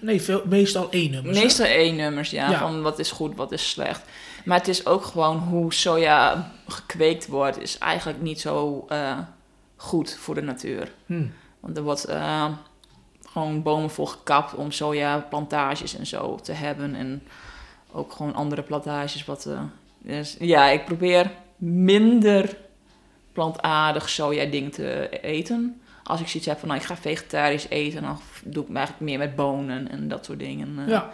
Speaker 1: Nee, veel, meestal E-nummers. hè?
Speaker 2: Meestal E-nummers, ja,
Speaker 1: Ja.
Speaker 2: Van wat is goed, wat is slecht. Maar het is ook gewoon hoe soja gekweekt wordt, is eigenlijk niet zo eh, goed voor de natuur.
Speaker 1: Hm.
Speaker 2: Want er wordt eh, gewoon bomen voor gekapt om sojaplantages en zo te hebben. En ook gewoon andere plantages. Wat, eh, dus ja, ik probeer minder plantaardig soja ding te eten. Als ik zoiets heb van, nou, ik ga vegetarisch eten, dan doe ik me eigenlijk meer met bonen en dat soort dingen. eh.
Speaker 1: Ja.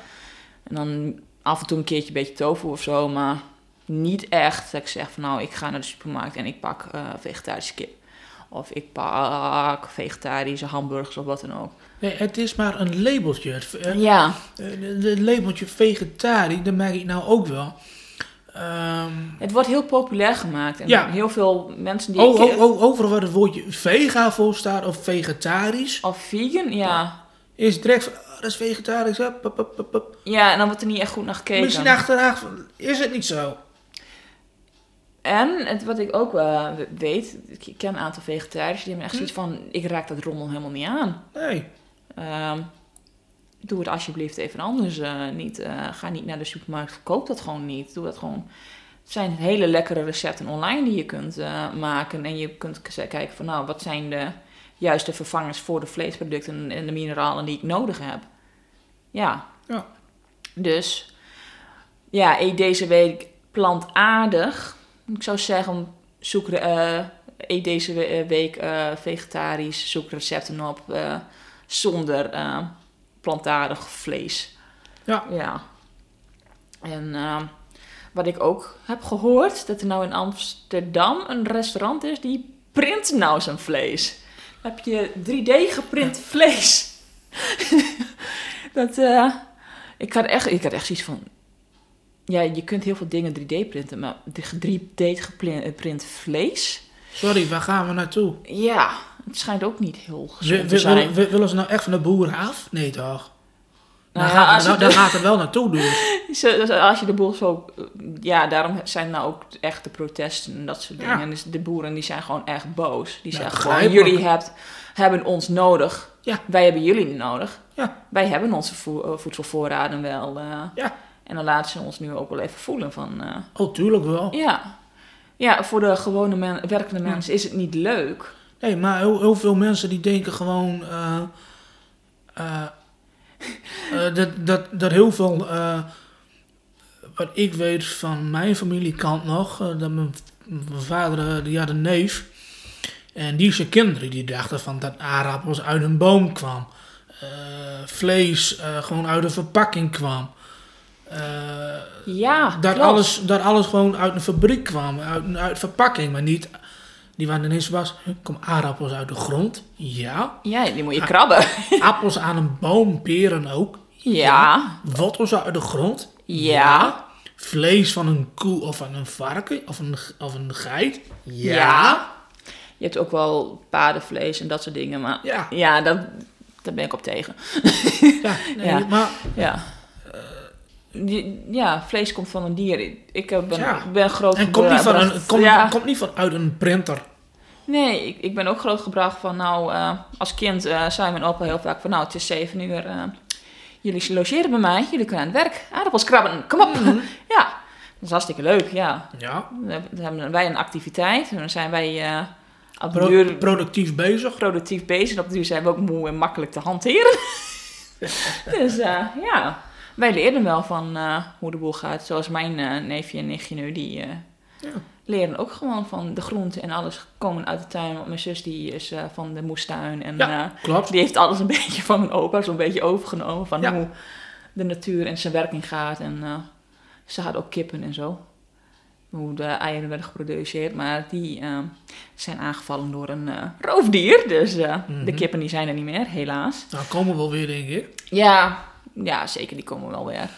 Speaker 2: En dan af en toe een keertje een beetje tofu of zo, maar niet echt dat ik zeg van nou, ik ga naar de supermarkt en ik pak eh, vegetarische kip. Of ik pak vegetarische hamburgers of wat dan ook.
Speaker 1: Nee, het is maar een labeltje. Het, eh,
Speaker 2: Ja,
Speaker 1: eh, het labeltje vegetarisch, dat merk ik nou ook wel. Ehm,
Speaker 2: het wordt heel populair gemaakt. En
Speaker 1: Ja.
Speaker 2: heel veel mensen die...
Speaker 1: oh,
Speaker 2: ik-
Speaker 1: oh, oh, overal waar het woordje vega voor staat of vegetarisch,
Speaker 2: Of vegan, ja.
Speaker 1: is direct van, ah, dat is vegetarisch. hup, hup, hup, hup, hup.
Speaker 2: Ja, en dan wordt er niet echt goed naar gekeken.
Speaker 1: Misschien achteraf van, is het niet zo.
Speaker 2: En het, wat ik ook eh, weet, ik ken een aantal vegetariërs die hebben
Speaker 1: Hm?
Speaker 2: echt zoiets van, ik raak dat rommel helemaal niet aan.
Speaker 1: Nee.
Speaker 2: Ehm, doe het alsjeblieft even anders. eh, niet, eh, ga niet naar de supermarkt, koop dat gewoon niet. Doe dat gewoon. Het zijn hele lekkere recepten online die je kunt eh, maken. En je kunt k- kijken van nou, wat zijn de juiste vervangers voor de vleesproducten en de mineralen die ik nodig heb. Ja,
Speaker 1: Ja.
Speaker 2: dus ja, eet deze week plantaardig. Ik zou zeggen, zoek, re- eh, eet deze we- eh, week eh, vegetarisch. Zoek recepten op eh, zonder eh, plantaardig vlees.
Speaker 1: Ja.
Speaker 2: Ja. En eh, wat ik ook heb gehoord, dat er nou in Amsterdam een restaurant is die print nou zijn vlees. Dan heb je 3D geprint vlees. dat, eh, ik had echt, ik had echt zoiets van. Ja, je kunt heel veel dingen 3D printen, maar 3D geprint vlees?
Speaker 1: Sorry, waar gaan we naartoe?
Speaker 2: Ja, het schijnt ook niet heel
Speaker 1: Wi-
Speaker 2: gezond te
Speaker 1: wi-
Speaker 2: zijn.
Speaker 1: willen- wi- willen ze nou echt van de boer af? Nee toch?
Speaker 2: Nou
Speaker 1: Daar
Speaker 2: ja,
Speaker 1: gaat,
Speaker 2: als
Speaker 1: het wel-
Speaker 2: het-
Speaker 1: daar gaat het wel naartoe dus.
Speaker 2: Zo- dus Als je de boel zo... eh, Ja, daarom zijn nou ook echt de protesten en dat soort
Speaker 1: Ja.
Speaker 2: dingen. Dus de boeren die zijn gewoon echt boos. Die
Speaker 1: Ja,
Speaker 2: zeggen gewoon,
Speaker 1: begrijpelijk.
Speaker 2: jullie hebt, hebben ons nodig.
Speaker 1: Ja.
Speaker 2: Wij hebben jullie niet nodig.
Speaker 1: Ja.
Speaker 2: Wij hebben onze voe- eh, voedselvoorraden wel. eh.
Speaker 1: Ja.
Speaker 2: En dan laten ze ons nu ook wel even voelen van... eh,
Speaker 1: Oh, tuurlijk wel.
Speaker 2: ja. ja, voor de gewone men, werkende mensen is het niet leuk.
Speaker 1: Nee, maar heel, heel veel mensen die denken gewoon eh, eh, eh, dat, dat, dat heel veel, eh, wat ik weet van mijn familiekant nog, eh, dat mijn, mijn vader, eh, die had een neef. En die zijn kinderen die dachten van dat aardappels uit een boom kwam. Eh, vlees eh, gewoon uit een verpakking kwam. Eh,
Speaker 2: Ja,
Speaker 1: dat,
Speaker 2: Ah, klopt.
Speaker 1: alles, dat alles gewoon uit een fabriek kwam, uit, een- uit verpakking, maar niet. Die waren ineens was, kom aardappels uit de grond? Ja.
Speaker 2: Ja, die
Speaker 1: Ah.
Speaker 2: moet je krabben.
Speaker 1: Appels aan een boom, peren ook?
Speaker 2: Ja,
Speaker 1: Wortels uit de grond?
Speaker 2: Ja.
Speaker 1: Vlees van een koe of van een varken of een, of een geit? Ja.
Speaker 2: Ja. je hebt ook wel paardenvlees en dat soort dingen, maar...
Speaker 1: Ja.
Speaker 2: Ja, dat, daar ben ik op tegen.
Speaker 1: Ja, nee,
Speaker 2: Ja.
Speaker 1: maar
Speaker 2: Ja. Eh, Die- ja, vlees komt van een dier. Ik eh, ben,
Speaker 1: Ja.
Speaker 2: ben groot
Speaker 1: en komt niet, van
Speaker 2: gebracht-
Speaker 1: een, komt,
Speaker 2: ja.
Speaker 1: komt niet van uit een printer.
Speaker 2: Nee, ik, ik ben ook grootgebracht van nou, eh, als kind eh, zei mijn opa heel vaak van nou, het is zeven uur. eh, jullie logeren bij mij, jullie kunnen aan het werk. Aardappels krabben, kom op.
Speaker 1: Mhm.
Speaker 2: Ja, dat is hartstikke leuk, ja.
Speaker 1: Ja.
Speaker 2: Dan hebben wij een activiteit en dan zijn wij eh op de
Speaker 1: Pro-
Speaker 2: duur
Speaker 1: productief bezig.
Speaker 2: productief bezig. Op de duur zijn we ook moe en makkelijk te hanteren. dus eh, ja, wij leren wel van eh, hoe de boel gaat. Zoals mijn eh, neefje en nichtje nu, die eh,
Speaker 1: Ja.
Speaker 2: leren ook gewoon van de groenten en alles komen uit de tuin. Want mijn zus die is eh, van de moestuin en
Speaker 1: Ja.
Speaker 2: eh,
Speaker 1: Klopt.
Speaker 2: die heeft alles een beetje van mijn opa zo'n beetje overgenomen. Van
Speaker 1: Ja.
Speaker 2: hoe de natuur en zijn werking gaat. En eh, ze had ook kippen en zo. Hoe de eieren werden geproduceerd. Maar die eh, zijn aangevallen door een eh, roofdier. Dus eh,
Speaker 1: Mhm.
Speaker 2: de kippen die zijn er niet meer, helaas.
Speaker 1: Nou, komen we wel weer, denk ik.
Speaker 2: Ja, ja zeker, die komen wel weer.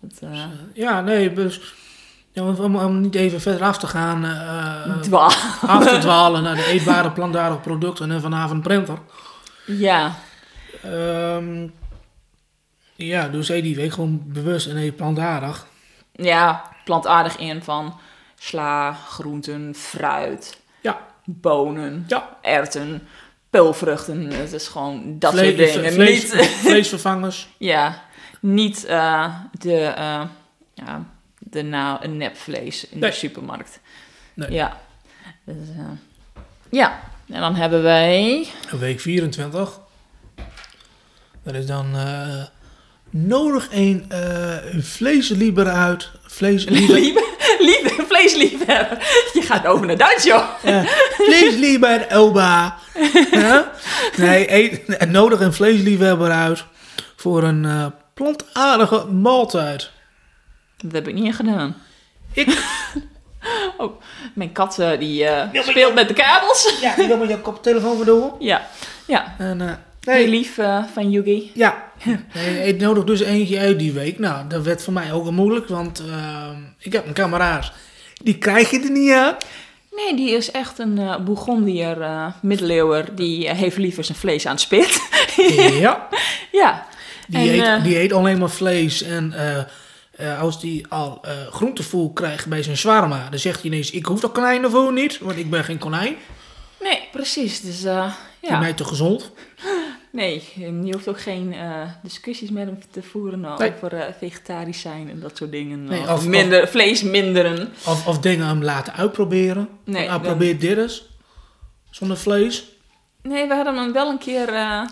Speaker 2: Dat, eh
Speaker 1: Ja, nee, dus... Ja, om, om- om niet even verder af te gaan, eh,
Speaker 2: dwa-
Speaker 1: af te dwalen naar de eetbare plantaardige producten en vanavond printer.
Speaker 2: Ja,
Speaker 1: Ehm, ja, dus eet die week gewoon bewust en eet plantaardig.
Speaker 2: ja, plantaardig in van sla, groenten, fruit,
Speaker 1: Ja,
Speaker 2: bonen,
Speaker 1: ja.
Speaker 2: erwten, peulvruchten. Het is gewoon dat
Speaker 1: Vle-
Speaker 2: soort dingen.
Speaker 1: vle- vlees-
Speaker 2: Niet,
Speaker 1: vleesvervangers.
Speaker 2: ja, niet eh, de, eh ja, de na, een nepvlees in
Speaker 1: Nee.
Speaker 2: de supermarkt.
Speaker 1: Nee.
Speaker 2: Ja. Dus, eh, ja, en dan hebben wij...
Speaker 1: Week 24. Dat is dan eh, nodig een eh vleeslieber uit. Vleeslieber,
Speaker 2: Lief, lief, vleesliefhebber. Je gaat over naar Duits, joh.
Speaker 1: eh, vleeslieber Elba. Huh? Nee, eet, nodig een vleeslieber uit voor een eh, plantaardige maaltijd.
Speaker 2: Dat heb ik niet gedaan.
Speaker 1: Ik-
Speaker 2: Oh, mijn kat eh, die eh, speelt met de kabels.
Speaker 1: Ja, die wil met jouw koptelefoon verdoen.
Speaker 2: Ja, ja.
Speaker 1: En, eh,
Speaker 2: Heel
Speaker 1: nee,
Speaker 2: lief eh, van Yugi.
Speaker 1: ja. Nee, ik nodig dus eentje uit die week. Nou, dat werd voor mij ook wel moeilijk, want ehm, ik heb een kameraad. Die krijg je er niet aan.
Speaker 2: Nee, die is echt een eh Bourgondier eh, middeleeuwer. Die eh, heeft liever zijn vlees aan het spit.
Speaker 1: Ja.
Speaker 2: ja.
Speaker 1: Die, eet,
Speaker 2: eh,
Speaker 1: die eet alleen maar vlees. En eh, eh, als die al eh groentevoer krijgt bij zijn zwarma, dan zegt hij ineens: Ik hoef dat konijnenvoer niet, want ik ben geen konijn.
Speaker 2: Nee, precies. Dus eh,
Speaker 1: Voor
Speaker 2: ja.
Speaker 1: mij te gezond.
Speaker 2: Nee, en je hoeft ook geen eh, discussies met hem te voeren eh,
Speaker 1: Nee.
Speaker 2: over eh, vegetarisch zijn en dat soort dingen. eh,
Speaker 1: Nee,
Speaker 2: of
Speaker 1: of-
Speaker 2: minder, vlees minderen.
Speaker 1: Of, of dingen hem laten uitproberen.
Speaker 2: Nee,
Speaker 1: nou,
Speaker 2: dan-
Speaker 1: probeer dit eens. Zonder vlees.
Speaker 2: Nee, we hadden hem wel een keer. eh,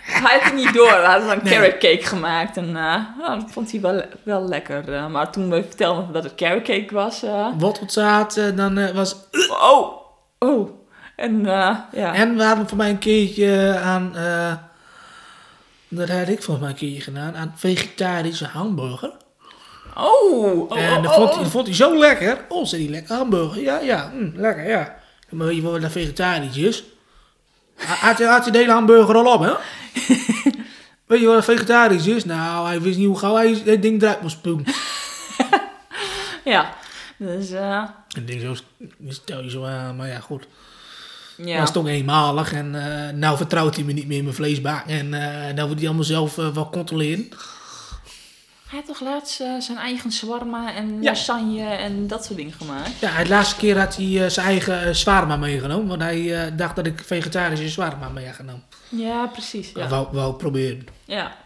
Speaker 2: hij had het niet door. We hadden een
Speaker 1: Nee.
Speaker 2: carrot cake gemaakt. En eh, nou, dat vond hij wel, wel lekker. eh, maar toen we vertelden dat het carrot cake was. eh,
Speaker 1: Wortelzaad, eh, dan eh, was
Speaker 2: oh! Oh! En eh, ja.
Speaker 1: En we hadden voor mij een keertje aan. eh, dat had ik volgens mij een keertje gedaan. Aan vegetarische hamburger.
Speaker 2: Oh! oh,
Speaker 1: en dat
Speaker 2: oh,
Speaker 1: vond,
Speaker 2: oh,
Speaker 1: dat vond hij zo lekker. Oh, zei die lekker hamburger. Ja, ja, mm, lekker, ja. Maar je wordt naar vegetarisch is. Ha- Had hij had hij de hele hamburger al op, hè? Weet je wat een vegetarisch is? Nou, hij wist niet hoe gauw hij dat ding eruit moest spoelen.
Speaker 2: oh. Ja. Dus eh,
Speaker 1: En ding zo, stel je zo aan, maar ja, goed.
Speaker 2: ja.
Speaker 1: Dat was toch eenmalig en eh, nou vertrouwt hij me niet meer in mijn vleesbak. En eh nou wil hij allemaal zelf eh, wel controleren.
Speaker 2: Hij had toch laatst eh, zijn eigen shawarma en
Speaker 1: Ja.
Speaker 2: lasagne en dat soort dingen gemaakt?
Speaker 1: Ja, de laatste keer had hij eh, zijn eigen eh, zwarma meegenomen. Want hij eh, dacht dat ik vegetarische zwarma mee had genomen.
Speaker 2: Ja, precies. Ja.
Speaker 1: Wou, wou proberen.
Speaker 2: ja.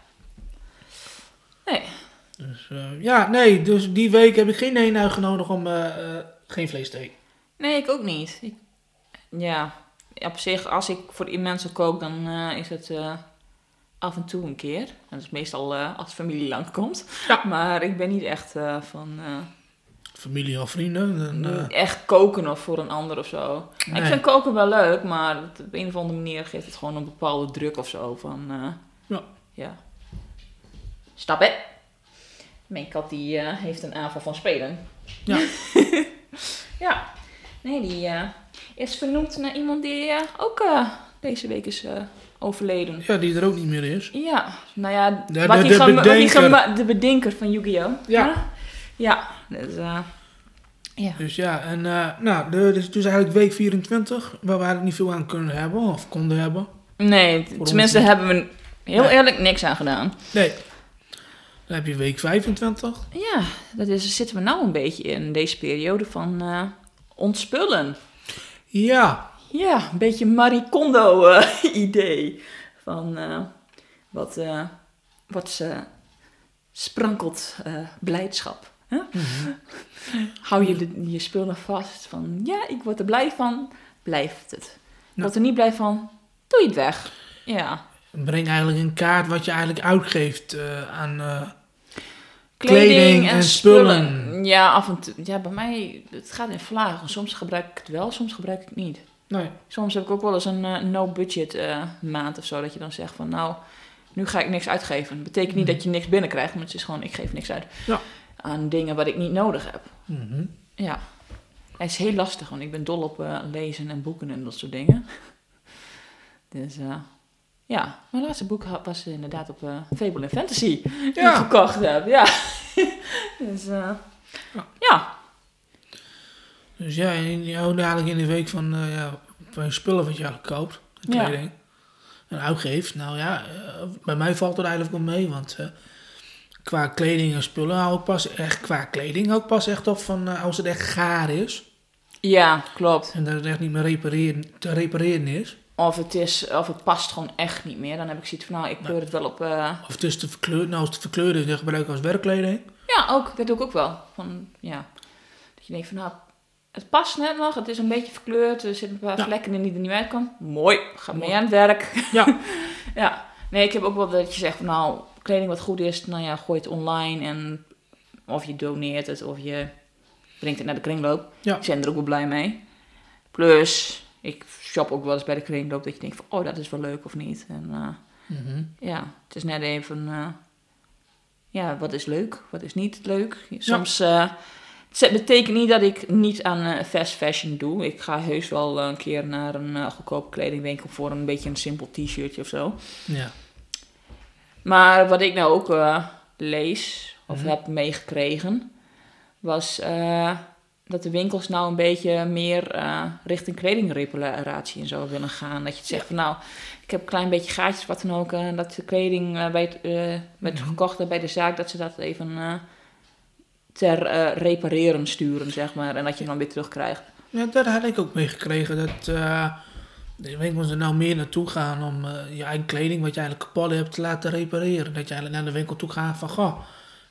Speaker 2: Nee.
Speaker 1: Dus eh, ja, nee, dus die week heb ik geen eenuig nodig om eh, eh, geen vlees te eten.
Speaker 2: Nee, ik ook niet. Ik- ja, op zich, als ik voor die mensen kook, dan eh, is het eh, af en toe een keer. En dat is meestal eh, als familie langskomt.
Speaker 1: Ja.
Speaker 2: Maar ik ben niet echt eh, van eh,
Speaker 1: Familie of vrienden. Dan, eh,
Speaker 2: echt koken of voor een ander of zo.
Speaker 1: Nee.
Speaker 2: Ik vind koken wel leuk, maar het- op een of andere manier geeft het gewoon een bepaalde druk of zo. Van, eh,
Speaker 1: Ja.
Speaker 2: ja. Stap hè? Mijn kat die eh, heeft een aanval van spelen.
Speaker 1: Ja.
Speaker 2: ja. Nee, die eh, is vernoemd naar iemand die eh, ook eh, deze week is eh, overleden.
Speaker 1: ja, die er ook niet meer is.
Speaker 2: Ja, nou ja,
Speaker 1: De-
Speaker 2: wat
Speaker 1: de-
Speaker 2: die
Speaker 1: de
Speaker 2: gema- wat die
Speaker 1: bedenker.
Speaker 2: gema- de bedenker van Yu-Gi-Oh!
Speaker 1: Ja.
Speaker 2: Ja, dus eh, ja.
Speaker 1: Dus ja, en eh, nou, de- dit is dus eigenlijk week 24, waar we eigenlijk niet veel aan kunnen hebben of konden hebben.
Speaker 2: Nee,
Speaker 1: ons
Speaker 2: tenminste
Speaker 1: niet.
Speaker 2: hebben we heel
Speaker 1: Nee.
Speaker 2: eerlijk niks aan gedaan.
Speaker 1: Nee. Dan heb je week 25.
Speaker 2: Ja, dat is, zitten we nou een beetje in deze periode van eh, ontspullen.
Speaker 1: Ja,
Speaker 2: Ja, een beetje Marie Kondo eh, idee. Van eh, wat, eh, wat ze sprankelt eh, blijdschap. hè? Mhm. Hou je de, je spullen vast van ja, ik word er blij van, blijft het.
Speaker 1: Ja.
Speaker 2: Word er niet blij van, doe je het weg. Ja.
Speaker 1: breng eigenlijk een kaart wat je eigenlijk uitgeeft eh, aan... eh,
Speaker 2: Kleding,
Speaker 1: Kleding
Speaker 2: en,
Speaker 1: en
Speaker 2: spullen.
Speaker 1: spullen.
Speaker 2: Ja, af en toe. Ja, bij mij, het gaat in vlagen. Soms gebruik ik het wel, soms gebruik ik het niet.
Speaker 1: nee.
Speaker 2: Soms heb ik ook wel eens een eh, no-budget eh, maand of zo. Dat je dan zegt van nou, nu ga ik niks uitgeven. Dat betekent niet dat je niks binnenkrijgt, maar het is gewoon ik geef niks uit.
Speaker 1: Ja.
Speaker 2: Aan dingen wat ik niet nodig heb.
Speaker 1: Mhm.
Speaker 2: Ja. Het is heel lastig, want ik ben dol op eh, lezen en boeken en dat soort dingen. Dus eh, ja, mijn laatste boek ha- was inderdaad op eh, Fable en Fantasy. Die
Speaker 1: Ja.
Speaker 2: ik gekocht heb, ja. dus eh,
Speaker 1: Ja.
Speaker 2: ja.
Speaker 1: Dus ja, en je houdt eigenlijk in de week van, eh, ja, van je spullen wat je eigenlijk koopt. en
Speaker 2: Ja.
Speaker 1: Kleding. En uitgeeft. Nou ja, eh, bij mij valt het eigenlijk wel mee. Want eh, qua kleding en spullen hou ik pas echt, qua kleding hou ik pas echt op van eh, als het echt gaar is.
Speaker 2: Ja, klopt.
Speaker 1: En dat het echt niet meer repareren, te repareren is.
Speaker 2: Of het, is, of het past gewoon echt niet meer. Dan heb ik zoiets van, nou, ik kleur het wel op... eh,
Speaker 1: Of het is te verkleuren. Nou, als het te verkleuren is, dan gebruik ik als werkkleding.
Speaker 2: Ja, ook. Dat doe ik ook wel. Van, ja. Dat je denkt van, nou, het past net nog. Het is een beetje verkleurd. Er zitten een paar
Speaker 1: Ja.
Speaker 2: vlekken in die er niet uit kan. Mooi. Ga mee
Speaker 1: Mooi.
Speaker 2: aan het werk.
Speaker 1: Ja.
Speaker 2: ja. Nee, ik heb ook wel dat je zegt van, nou, kleding wat goed is, nou ja, gooi het online. En of je doneert het, of je brengt het naar de kringloop.
Speaker 1: Ja.
Speaker 2: Ik ben er ook wel blij mee. Plus, ik shop ook wel eens bij de kringloop. Dat je denkt van, oh, dat is wel leuk of niet. En, eh,
Speaker 1: Mhm.
Speaker 2: ja, het is net even. eh, ja, wat is leuk, wat is niet leuk. Soms. eh, het zet- betekent niet dat ik niet aan eh, fast fashion doe. Ik ga heus wel eh, een keer naar een eh, goedkope kledingwinkel voor een beetje een simpel t-shirtje of zo.
Speaker 1: Ja.
Speaker 2: Maar wat ik nou ook eh, lees of
Speaker 1: Mhm.
Speaker 2: heb meegekregen, was eh, dat de winkels nou een beetje meer eh, richting kledingreparatie en zo willen gaan. Dat je zegt van nou, ik heb een klein beetje gaatjes, wat dan ook, en dat de kleding eh, bij het, eh, met
Speaker 1: Mhm.
Speaker 2: gekochte bij de zaak, dat ze dat even eh, ter eh, repareren sturen, zeg maar. En dat je het dan weer terugkrijgt.
Speaker 1: Ja, daar had ik ook mee gekregen. Dat eh de winkels er nou meer naartoe gaan om eh, je eigen kleding, wat je eigenlijk kapot hebt, te laten repareren. Dat je eigenlijk naar de winkel toe gaat van, goh,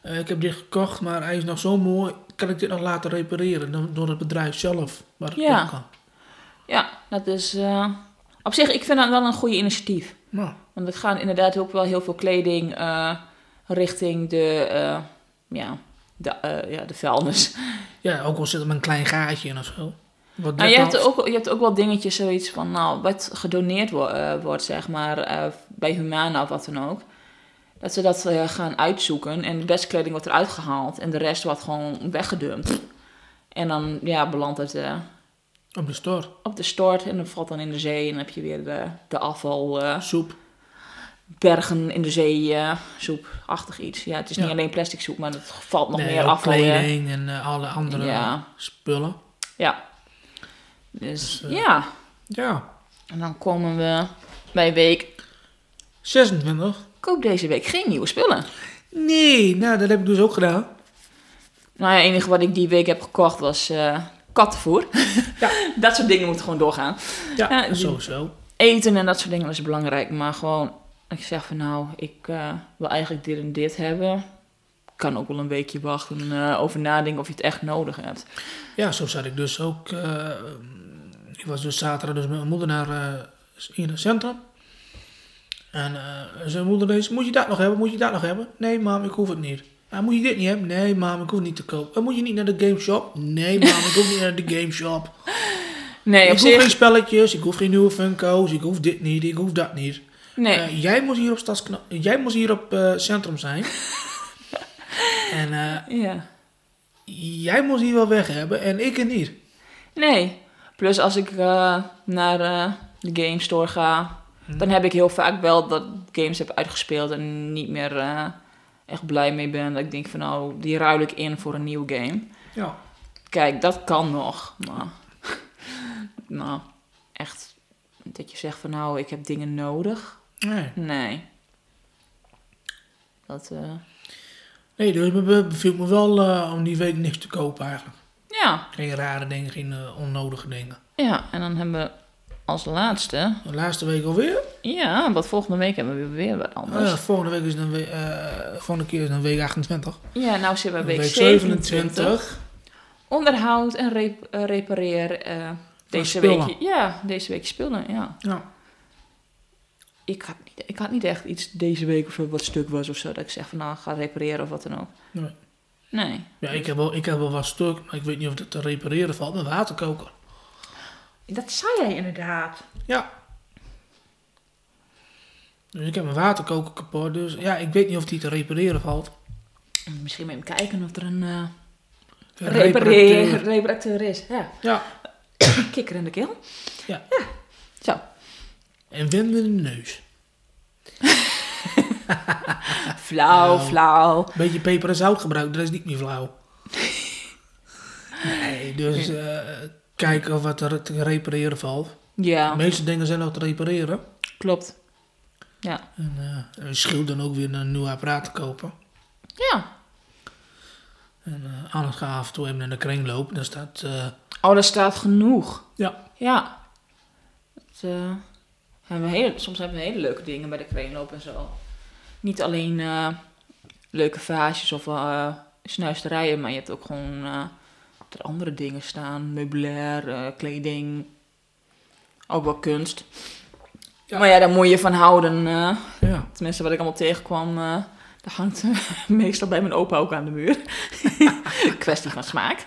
Speaker 1: eh, ik heb dit gekocht, maar hij is nog zo mooi. Kan ik dit nog laten repareren dan, door het bedrijf zelf? Waar het
Speaker 2: Ja.
Speaker 1: op kan.
Speaker 2: Ja, dat is eh, op zich, ik vind dat wel een goede initiatief.
Speaker 1: Nou,
Speaker 2: Want het gaan inderdaad ook wel heel veel kleding eh, richting de, eh, ja, de, eh, ja, de vuilnis.
Speaker 1: ja, ook al zit er maar een klein gaatje in of zo. Wat
Speaker 2: Nou, je,
Speaker 1: dat
Speaker 2: hebt
Speaker 1: dan-
Speaker 2: ook, je hebt ook wel dingetjes zoiets van, nou, wat gedoneerd wo- eh, wordt, zeg maar, eh, bij Humana of wat dan ook. Dat ze dat eh, gaan uitzoeken en de beste kleding wordt eruit gehaald en de rest wordt gewoon weggedumpt. En dan, ja, belandt het eh,
Speaker 1: op de store.
Speaker 2: op de stort en dat valt dan in de zee en dan heb je weer de, de afval... eh,
Speaker 1: Soep.
Speaker 2: bergen in de zee eh soepachtig iets. Ja, het is niet
Speaker 1: Ja.
Speaker 2: alleen plastic soep, maar het valt nog
Speaker 1: Nee,
Speaker 2: meer
Speaker 1: ook
Speaker 2: afval. hè.
Speaker 1: kleding en eh, alle andere
Speaker 2: Ja.
Speaker 1: spullen.
Speaker 2: Ja. Dus,
Speaker 1: Dus, eh,
Speaker 2: ja,
Speaker 1: Ja,
Speaker 2: en dan komen we bij week.
Speaker 1: 26.
Speaker 2: Koop deze week geen nieuwe spullen.
Speaker 1: Nee, nou dat heb ik dus ook gedaan.
Speaker 2: Nou ja, het enige wat ik die week heb gekocht was eh, kattenvoer.
Speaker 1: Ja.
Speaker 2: dat soort dingen moeten gewoon doorgaan.
Speaker 1: Ja,
Speaker 2: Ja,
Speaker 1: sowieso.
Speaker 2: Eten en dat soort dingen is belangrijk, maar gewoon, ik zeg van nou, ik eh, wil eigenlijk dit en dit hebben. kan ook wel een weekje wachten eh, over nadenken of je het echt nodig hebt.
Speaker 1: Ja, zo zat ik dus ook. eh, ik was dus zaterdag dus met mijn moeder naar, eh, in het centrum. En eh, zijn moeder deed, moet je dat nog hebben? Moet je dat nog hebben? Nee, mam, ik hoef het niet. "Ah, moet je dit niet hebben? Nee, mam, ik hoef het niet te kopen. "Ah, moet je niet naar de gameshop? Nee, mam, ik hoef niet naar de gameshop.
Speaker 2: Nee, op
Speaker 1: ik hoef
Speaker 2: zich.
Speaker 1: geen spelletjes, ik hoef geen nieuwe Funko's, ik hoef dit niet, ik hoef dat niet.
Speaker 2: Nee.
Speaker 1: Eh, jij moest hier op, Stadskna- jij moest hier op eh, Centrum zijn. en eh,
Speaker 2: ja.
Speaker 1: jij moest hier wel weg hebben en ik het niet.
Speaker 2: Nee. Plus als ik eh, naar eh, de Game Store ga, dan heb ik heel vaak wel dat ik games heb uitgespeeld en niet meer eh, echt blij mee ben. Dat ik denk van nou, die ruil ik in voor een nieuw game.
Speaker 1: Ja.
Speaker 2: Kijk, dat kan nog. Maar nou, echt dat je zegt van nou, ik heb dingen nodig.
Speaker 1: Nee.
Speaker 2: Nee. Dat, eh,
Speaker 1: Nee, dus het be- beviel me wel eh, om die week niks te kopen eigenlijk.
Speaker 2: ja.
Speaker 1: Geen rare dingen, geen eh, onnodige dingen.
Speaker 2: Ja, en dan hebben we als laatste,
Speaker 1: De laatste week alweer.
Speaker 2: ja, want volgende week hebben we weer wat anders.
Speaker 1: Eh, volgende week is het een week, eh, volgende keer is het een week 28.
Speaker 2: Ja, nou zitten we bij week, 27. Onderhoud en rep- eh, repareer eh, deze
Speaker 1: spullen.
Speaker 2: week. Ja, deze week spullen, ja.
Speaker 1: Ja.
Speaker 2: Ik had, niet, ik had niet echt iets deze week of zo wat stuk was of zo. Dat ik zeg van nou, ga repareren of wat dan ook.
Speaker 1: Nee.
Speaker 2: Nee.
Speaker 1: Ja, ik heb, wel, ik heb wel wat stuk, maar ik weet niet of dat te repareren valt met waterkoker.
Speaker 2: Dat zei jij inderdaad.
Speaker 1: Ja. Dus ik heb mijn waterkoker kapot, dus ja, ik weet niet of die te repareren valt.
Speaker 2: Misschien moet je hem kijken of er een eh
Speaker 1: Reparateur.
Speaker 2: reparateur. reparateur is. Ja,
Speaker 1: Ja.
Speaker 2: kikker in de keel.
Speaker 1: Ja.
Speaker 2: Zo,
Speaker 1: En wind in de neus.
Speaker 2: flauw,
Speaker 1: Nou.
Speaker 2: flauw.
Speaker 1: beetje peper en zout gebruikt, dat is niet meer flauw. nee, dus eh, kijken of wat er te repareren valt. De
Speaker 2: Ja,
Speaker 1: meeste dingen zijn nog te repareren.
Speaker 2: klopt. Ja.
Speaker 1: En eh, een schild dan ook weer een nieuw apparaat te kopen.
Speaker 2: Ja.
Speaker 1: En eh, anders ga ik af en toe even naar de kringloop. Daar staat, eh,
Speaker 2: Oh, daar staat genoeg.
Speaker 1: ja,
Speaker 2: Ja. Dat, eh, hebben we hele, soms hebben we hele leuke dingen bij de kringloop en zo. Niet alleen eh, leuke vaasjes of eh, snuisterijen, maar je hebt ook gewoon eh, dat er andere dingen staan. Meubilair, eh, kleding, ook wel kunst.
Speaker 1: Ja.
Speaker 2: Maar ja, daar moet je van houden. eh.
Speaker 1: ja.
Speaker 2: tenminste, wat ik allemaal tegenkwam, eh dat hangt meestal bij mijn opa ook aan de muur. Kwestie van smaak.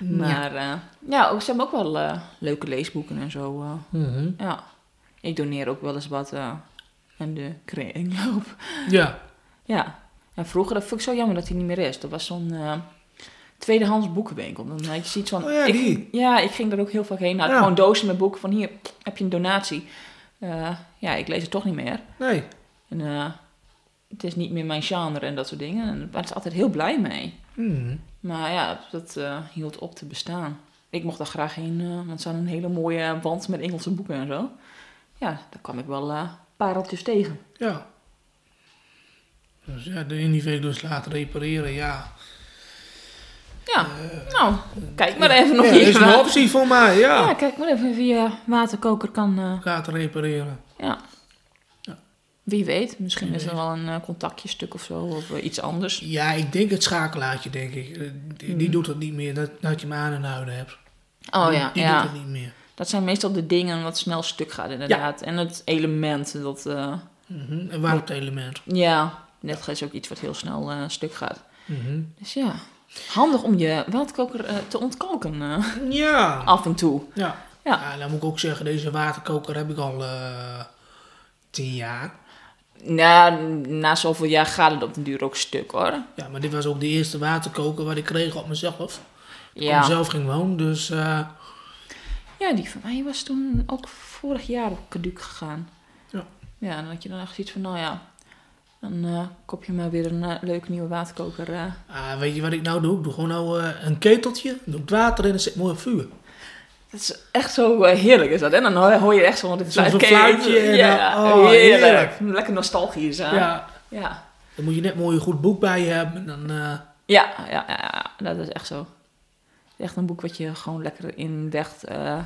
Speaker 1: Nou.
Speaker 2: Maar eh, ja, ook, ze hebben ook wel eh, leuke leesboeken en zo. eh.
Speaker 1: Mhm.
Speaker 2: ja, ik doneer ook wel eens wat eh, aan de kringloop.
Speaker 1: Ja,
Speaker 2: ja, en vroeger, dat vond ik zo jammer dat hij niet meer is. Dat was zo'n eh, tweedehands boekenwinkel. Dan had je zoiets van...
Speaker 1: Oh ja,
Speaker 2: ik,
Speaker 1: die.
Speaker 2: ging- Ja, ik ging daar ook heel vaak heen. Nou, Had
Speaker 1: Ja.
Speaker 2: gewoon dozen met boeken van hier, heb je een donatie. Eh, ja, ik lees het toch niet meer.
Speaker 1: nee.
Speaker 2: En, eh, het is niet meer mijn genre en dat soort dingen. En daar was ik altijd heel blij mee.
Speaker 1: Mhm.
Speaker 2: Maar ja, dat eh, hield op te bestaan. Ik mocht daar graag heen, eh, want ze hadden een hele mooie band met Engelse boeken en zo. Ja, daar kwam ik wel eh, pareltjes tegen.
Speaker 1: Ja. Dus ja, de in die week dus laten repareren, ja.
Speaker 2: Ja, nou, kijk maar even nog
Speaker 1: Eh, ja,
Speaker 2: hier.
Speaker 1: is een optie voor mij,
Speaker 2: Ja,
Speaker 1: ja.
Speaker 2: kijk maar even of je waterkoker kan. eh,
Speaker 1: Laten repareren.
Speaker 2: ja.
Speaker 1: Ja.
Speaker 2: Wie weet, misschien is er
Speaker 1: weet.
Speaker 2: wel een eh, contactje stuk of zo, of eh, iets anders.
Speaker 1: Ja, ik denk het schakelaartje, denk ik. Eh, Die, die doet het niet meer, dat, dat je hem aan en houden hebt.
Speaker 2: Hmm. Oh
Speaker 1: Die-
Speaker 2: ja,
Speaker 1: Die doet
Speaker 2: ja.
Speaker 1: het niet meer.
Speaker 2: Dat zijn meestal de dingen wat snel stuk gaat, inderdaad. En het element, dat. eh,
Speaker 1: Mhm. En warmte-element.
Speaker 2: ja, net is ook iets wat heel snel eh, stuk gaat.
Speaker 1: Mhm.
Speaker 2: Dus ja, handig om je waterkoker eh, te ontkalken eh,
Speaker 1: Ja.
Speaker 2: af en toe.
Speaker 1: Ja.
Speaker 2: Ja.
Speaker 1: Ja, dan moet ik ook zeggen, deze waterkoker heb ik al eh, tien jaar.
Speaker 2: Na, na zoveel jaar gaat het op den duur ook stuk hoor.
Speaker 1: Ja, maar dit was ook de eerste waterkoker wat ik kreeg op mezelf. Ja. Ik
Speaker 2: Ja.
Speaker 1: zelf ging wonen, dus eh,
Speaker 2: ja, die van mij was toen ook vorig jaar op caduc gegaan.
Speaker 1: Ja.
Speaker 2: Ja, en dat je dan echt ziet van, nou ja, dan eh, koop je maar weer een eh, leuke nieuwe waterkoker. eh.
Speaker 1: ah, weet je wat ik nou doe? Ik doe gewoon nou eh, een keteltje, doe ik water in en zet mooi op vuur.
Speaker 2: Dat is echt zo eh, heerlijk is dat. En dan hoor- hoor je echt zo...
Speaker 1: Zo'n fluitje en
Speaker 2: Ja,
Speaker 1: dan- oh, heerlijk.
Speaker 2: Lekker nostalgisch. hè?
Speaker 1: Ja.
Speaker 2: ja.
Speaker 1: Dan moet je net mooi een goed boek bij je hebben. En dan, eh,
Speaker 2: Ja, ja, ja, ja, dat is echt zo. Echt een boek wat je gewoon lekker in weg eh,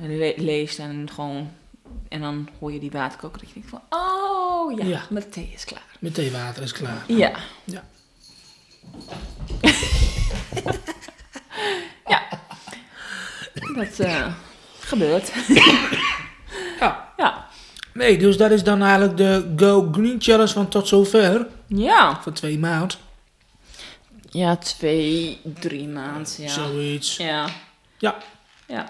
Speaker 2: le- leest en gewoon... En dan hoor je die waterkoker dat je denkt van... Oh, ja,
Speaker 1: Ja.
Speaker 2: mijn thee is klaar.
Speaker 1: meteen water is klaar.
Speaker 2: Ja.
Speaker 1: Ja.
Speaker 2: Dat eh, gebeurt.
Speaker 1: Ja.
Speaker 2: Ja.
Speaker 1: Nee, dus dat is dan eigenlijk de Go Green Challenge van tot zover.
Speaker 2: Ja.
Speaker 1: Voor twee maand.
Speaker 2: Ja, twee, drie maanden. Ja.
Speaker 1: Zoiets.
Speaker 2: Ja.
Speaker 1: Ja.
Speaker 2: ja.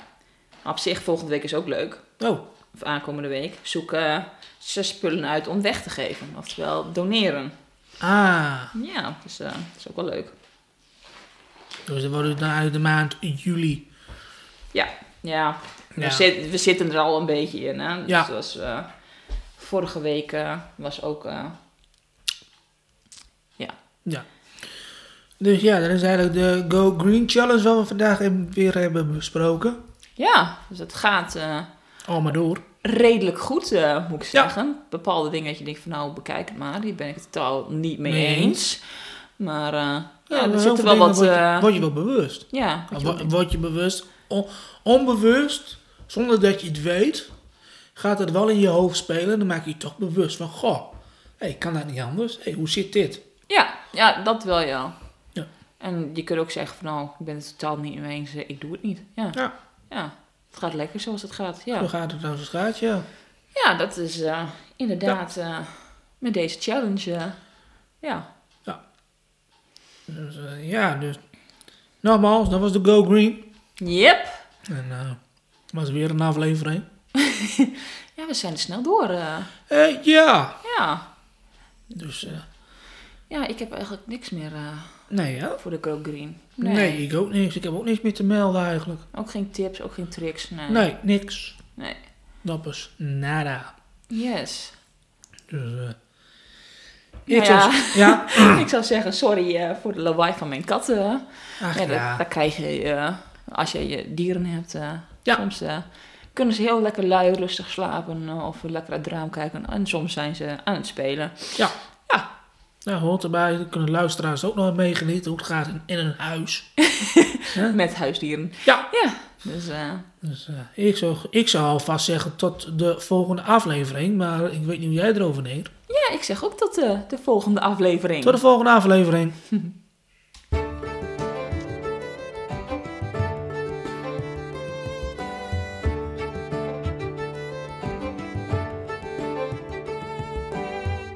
Speaker 2: Maar Op zich, volgende week is ook leuk.
Speaker 1: Oh,
Speaker 2: Of aankomende week. Zoek eh, zes spullen uit om weg te geven. Oftewel doneren.
Speaker 1: ah.
Speaker 2: Ja, dus eh, dat is ook wel leuk.
Speaker 1: Dus dan wordt het dan eigenlijk de maand juli.
Speaker 2: Ja, ja.
Speaker 1: Ja.
Speaker 2: We, zit- we zitten er al een beetje in. Hè? Dus
Speaker 1: Ja.
Speaker 2: het was, eh, vorige week eh, was ook. eh, ja.
Speaker 1: Ja. Dus ja, dat is eigenlijk de Go Green Challenge wat we vandaag hem- weer hebben besproken.
Speaker 2: ja, dus het gaat eh,
Speaker 1: Al maar door.
Speaker 2: redelijk goed, eh, moet ik
Speaker 1: Ja.
Speaker 2: zeggen. Bepaalde dingen dat je denkt van nou, bekijk het maar. Hier ben ik het totaal niet mee
Speaker 1: Mee
Speaker 2: eens.
Speaker 1: eens.
Speaker 2: Maar eh, ja,
Speaker 1: maar
Speaker 2: er
Speaker 1: heel
Speaker 2: zitten
Speaker 1: veel dingen
Speaker 2: wel wat.
Speaker 1: Word je,
Speaker 2: eh,
Speaker 1: word je wel bewust.
Speaker 2: ja, wat je
Speaker 1: Wo-
Speaker 2: ook-
Speaker 1: Word je bewust, on- onbewust, zonder dat je het weet, gaat het wel in je hoofd spelen. Dan maak je je toch bewust van, goh, hey, kan dat niet anders? hey, hoe zit dit?
Speaker 2: ja, ja, dat wel ja.
Speaker 1: Ja.
Speaker 2: En je kunt ook zeggen van nou, ik ben het totaal niet mee eens. eh, Ik doe het niet. Ja.
Speaker 1: Ja.
Speaker 2: ja. Het gaat lekker zoals het gaat. Ja.
Speaker 1: Zo gaat het als het gaat, ja.
Speaker 2: Ja, dat is eh, inderdaad eh, met deze challenge. eh, ja.
Speaker 1: Dus, eh, ja, dus nogmaals, dat was de Go Green.
Speaker 2: Yep.
Speaker 1: En eh was weer een aflevering.
Speaker 2: Ja, we zijn er snel door. eh.
Speaker 1: Eh, ja,
Speaker 2: ja.
Speaker 1: dus eh,
Speaker 2: ja, ik heb eigenlijk niks meer eh,
Speaker 1: nee hè?
Speaker 2: voor de Go Green.
Speaker 1: Nee. ik ook niks. Ik heb ook niks meer te melden eigenlijk.
Speaker 2: Ook geen tips, ook geen tricks. Nee.
Speaker 1: Nee, niks.
Speaker 2: Nee.
Speaker 1: Dappers, nada.
Speaker 2: Yes.
Speaker 1: Dus eh ik
Speaker 2: Nou
Speaker 1: zou- ja.
Speaker 2: ik zou zeggen, sorry eh, voor de lawaai van mijn katten. hè.
Speaker 1: Ach,
Speaker 2: ja, dat,
Speaker 1: ja.
Speaker 2: dat krijg je eh, als je je dieren hebt. eh,
Speaker 1: Ja.
Speaker 2: Soms eh, kunnen ze heel lekker lui, rustig slapen eh, of lekker uit het raam kijken. En soms zijn ze aan het spelen.
Speaker 1: Ja.
Speaker 2: Ja.
Speaker 1: Nou, hoort erbij. Dan kunnen luisteraars ook nog meegenieten hoe het gaat in, in een huis.
Speaker 2: Met huisdieren.
Speaker 1: Ja.
Speaker 2: Ja, dus eh,
Speaker 1: Dus eh, ik, zou, ik zou alvast zeggen tot de volgende aflevering. Maar ik weet niet hoe jij erover denkt.
Speaker 2: ja, ik zeg ook tot eh, de volgende aflevering.
Speaker 1: Tot de volgende aflevering.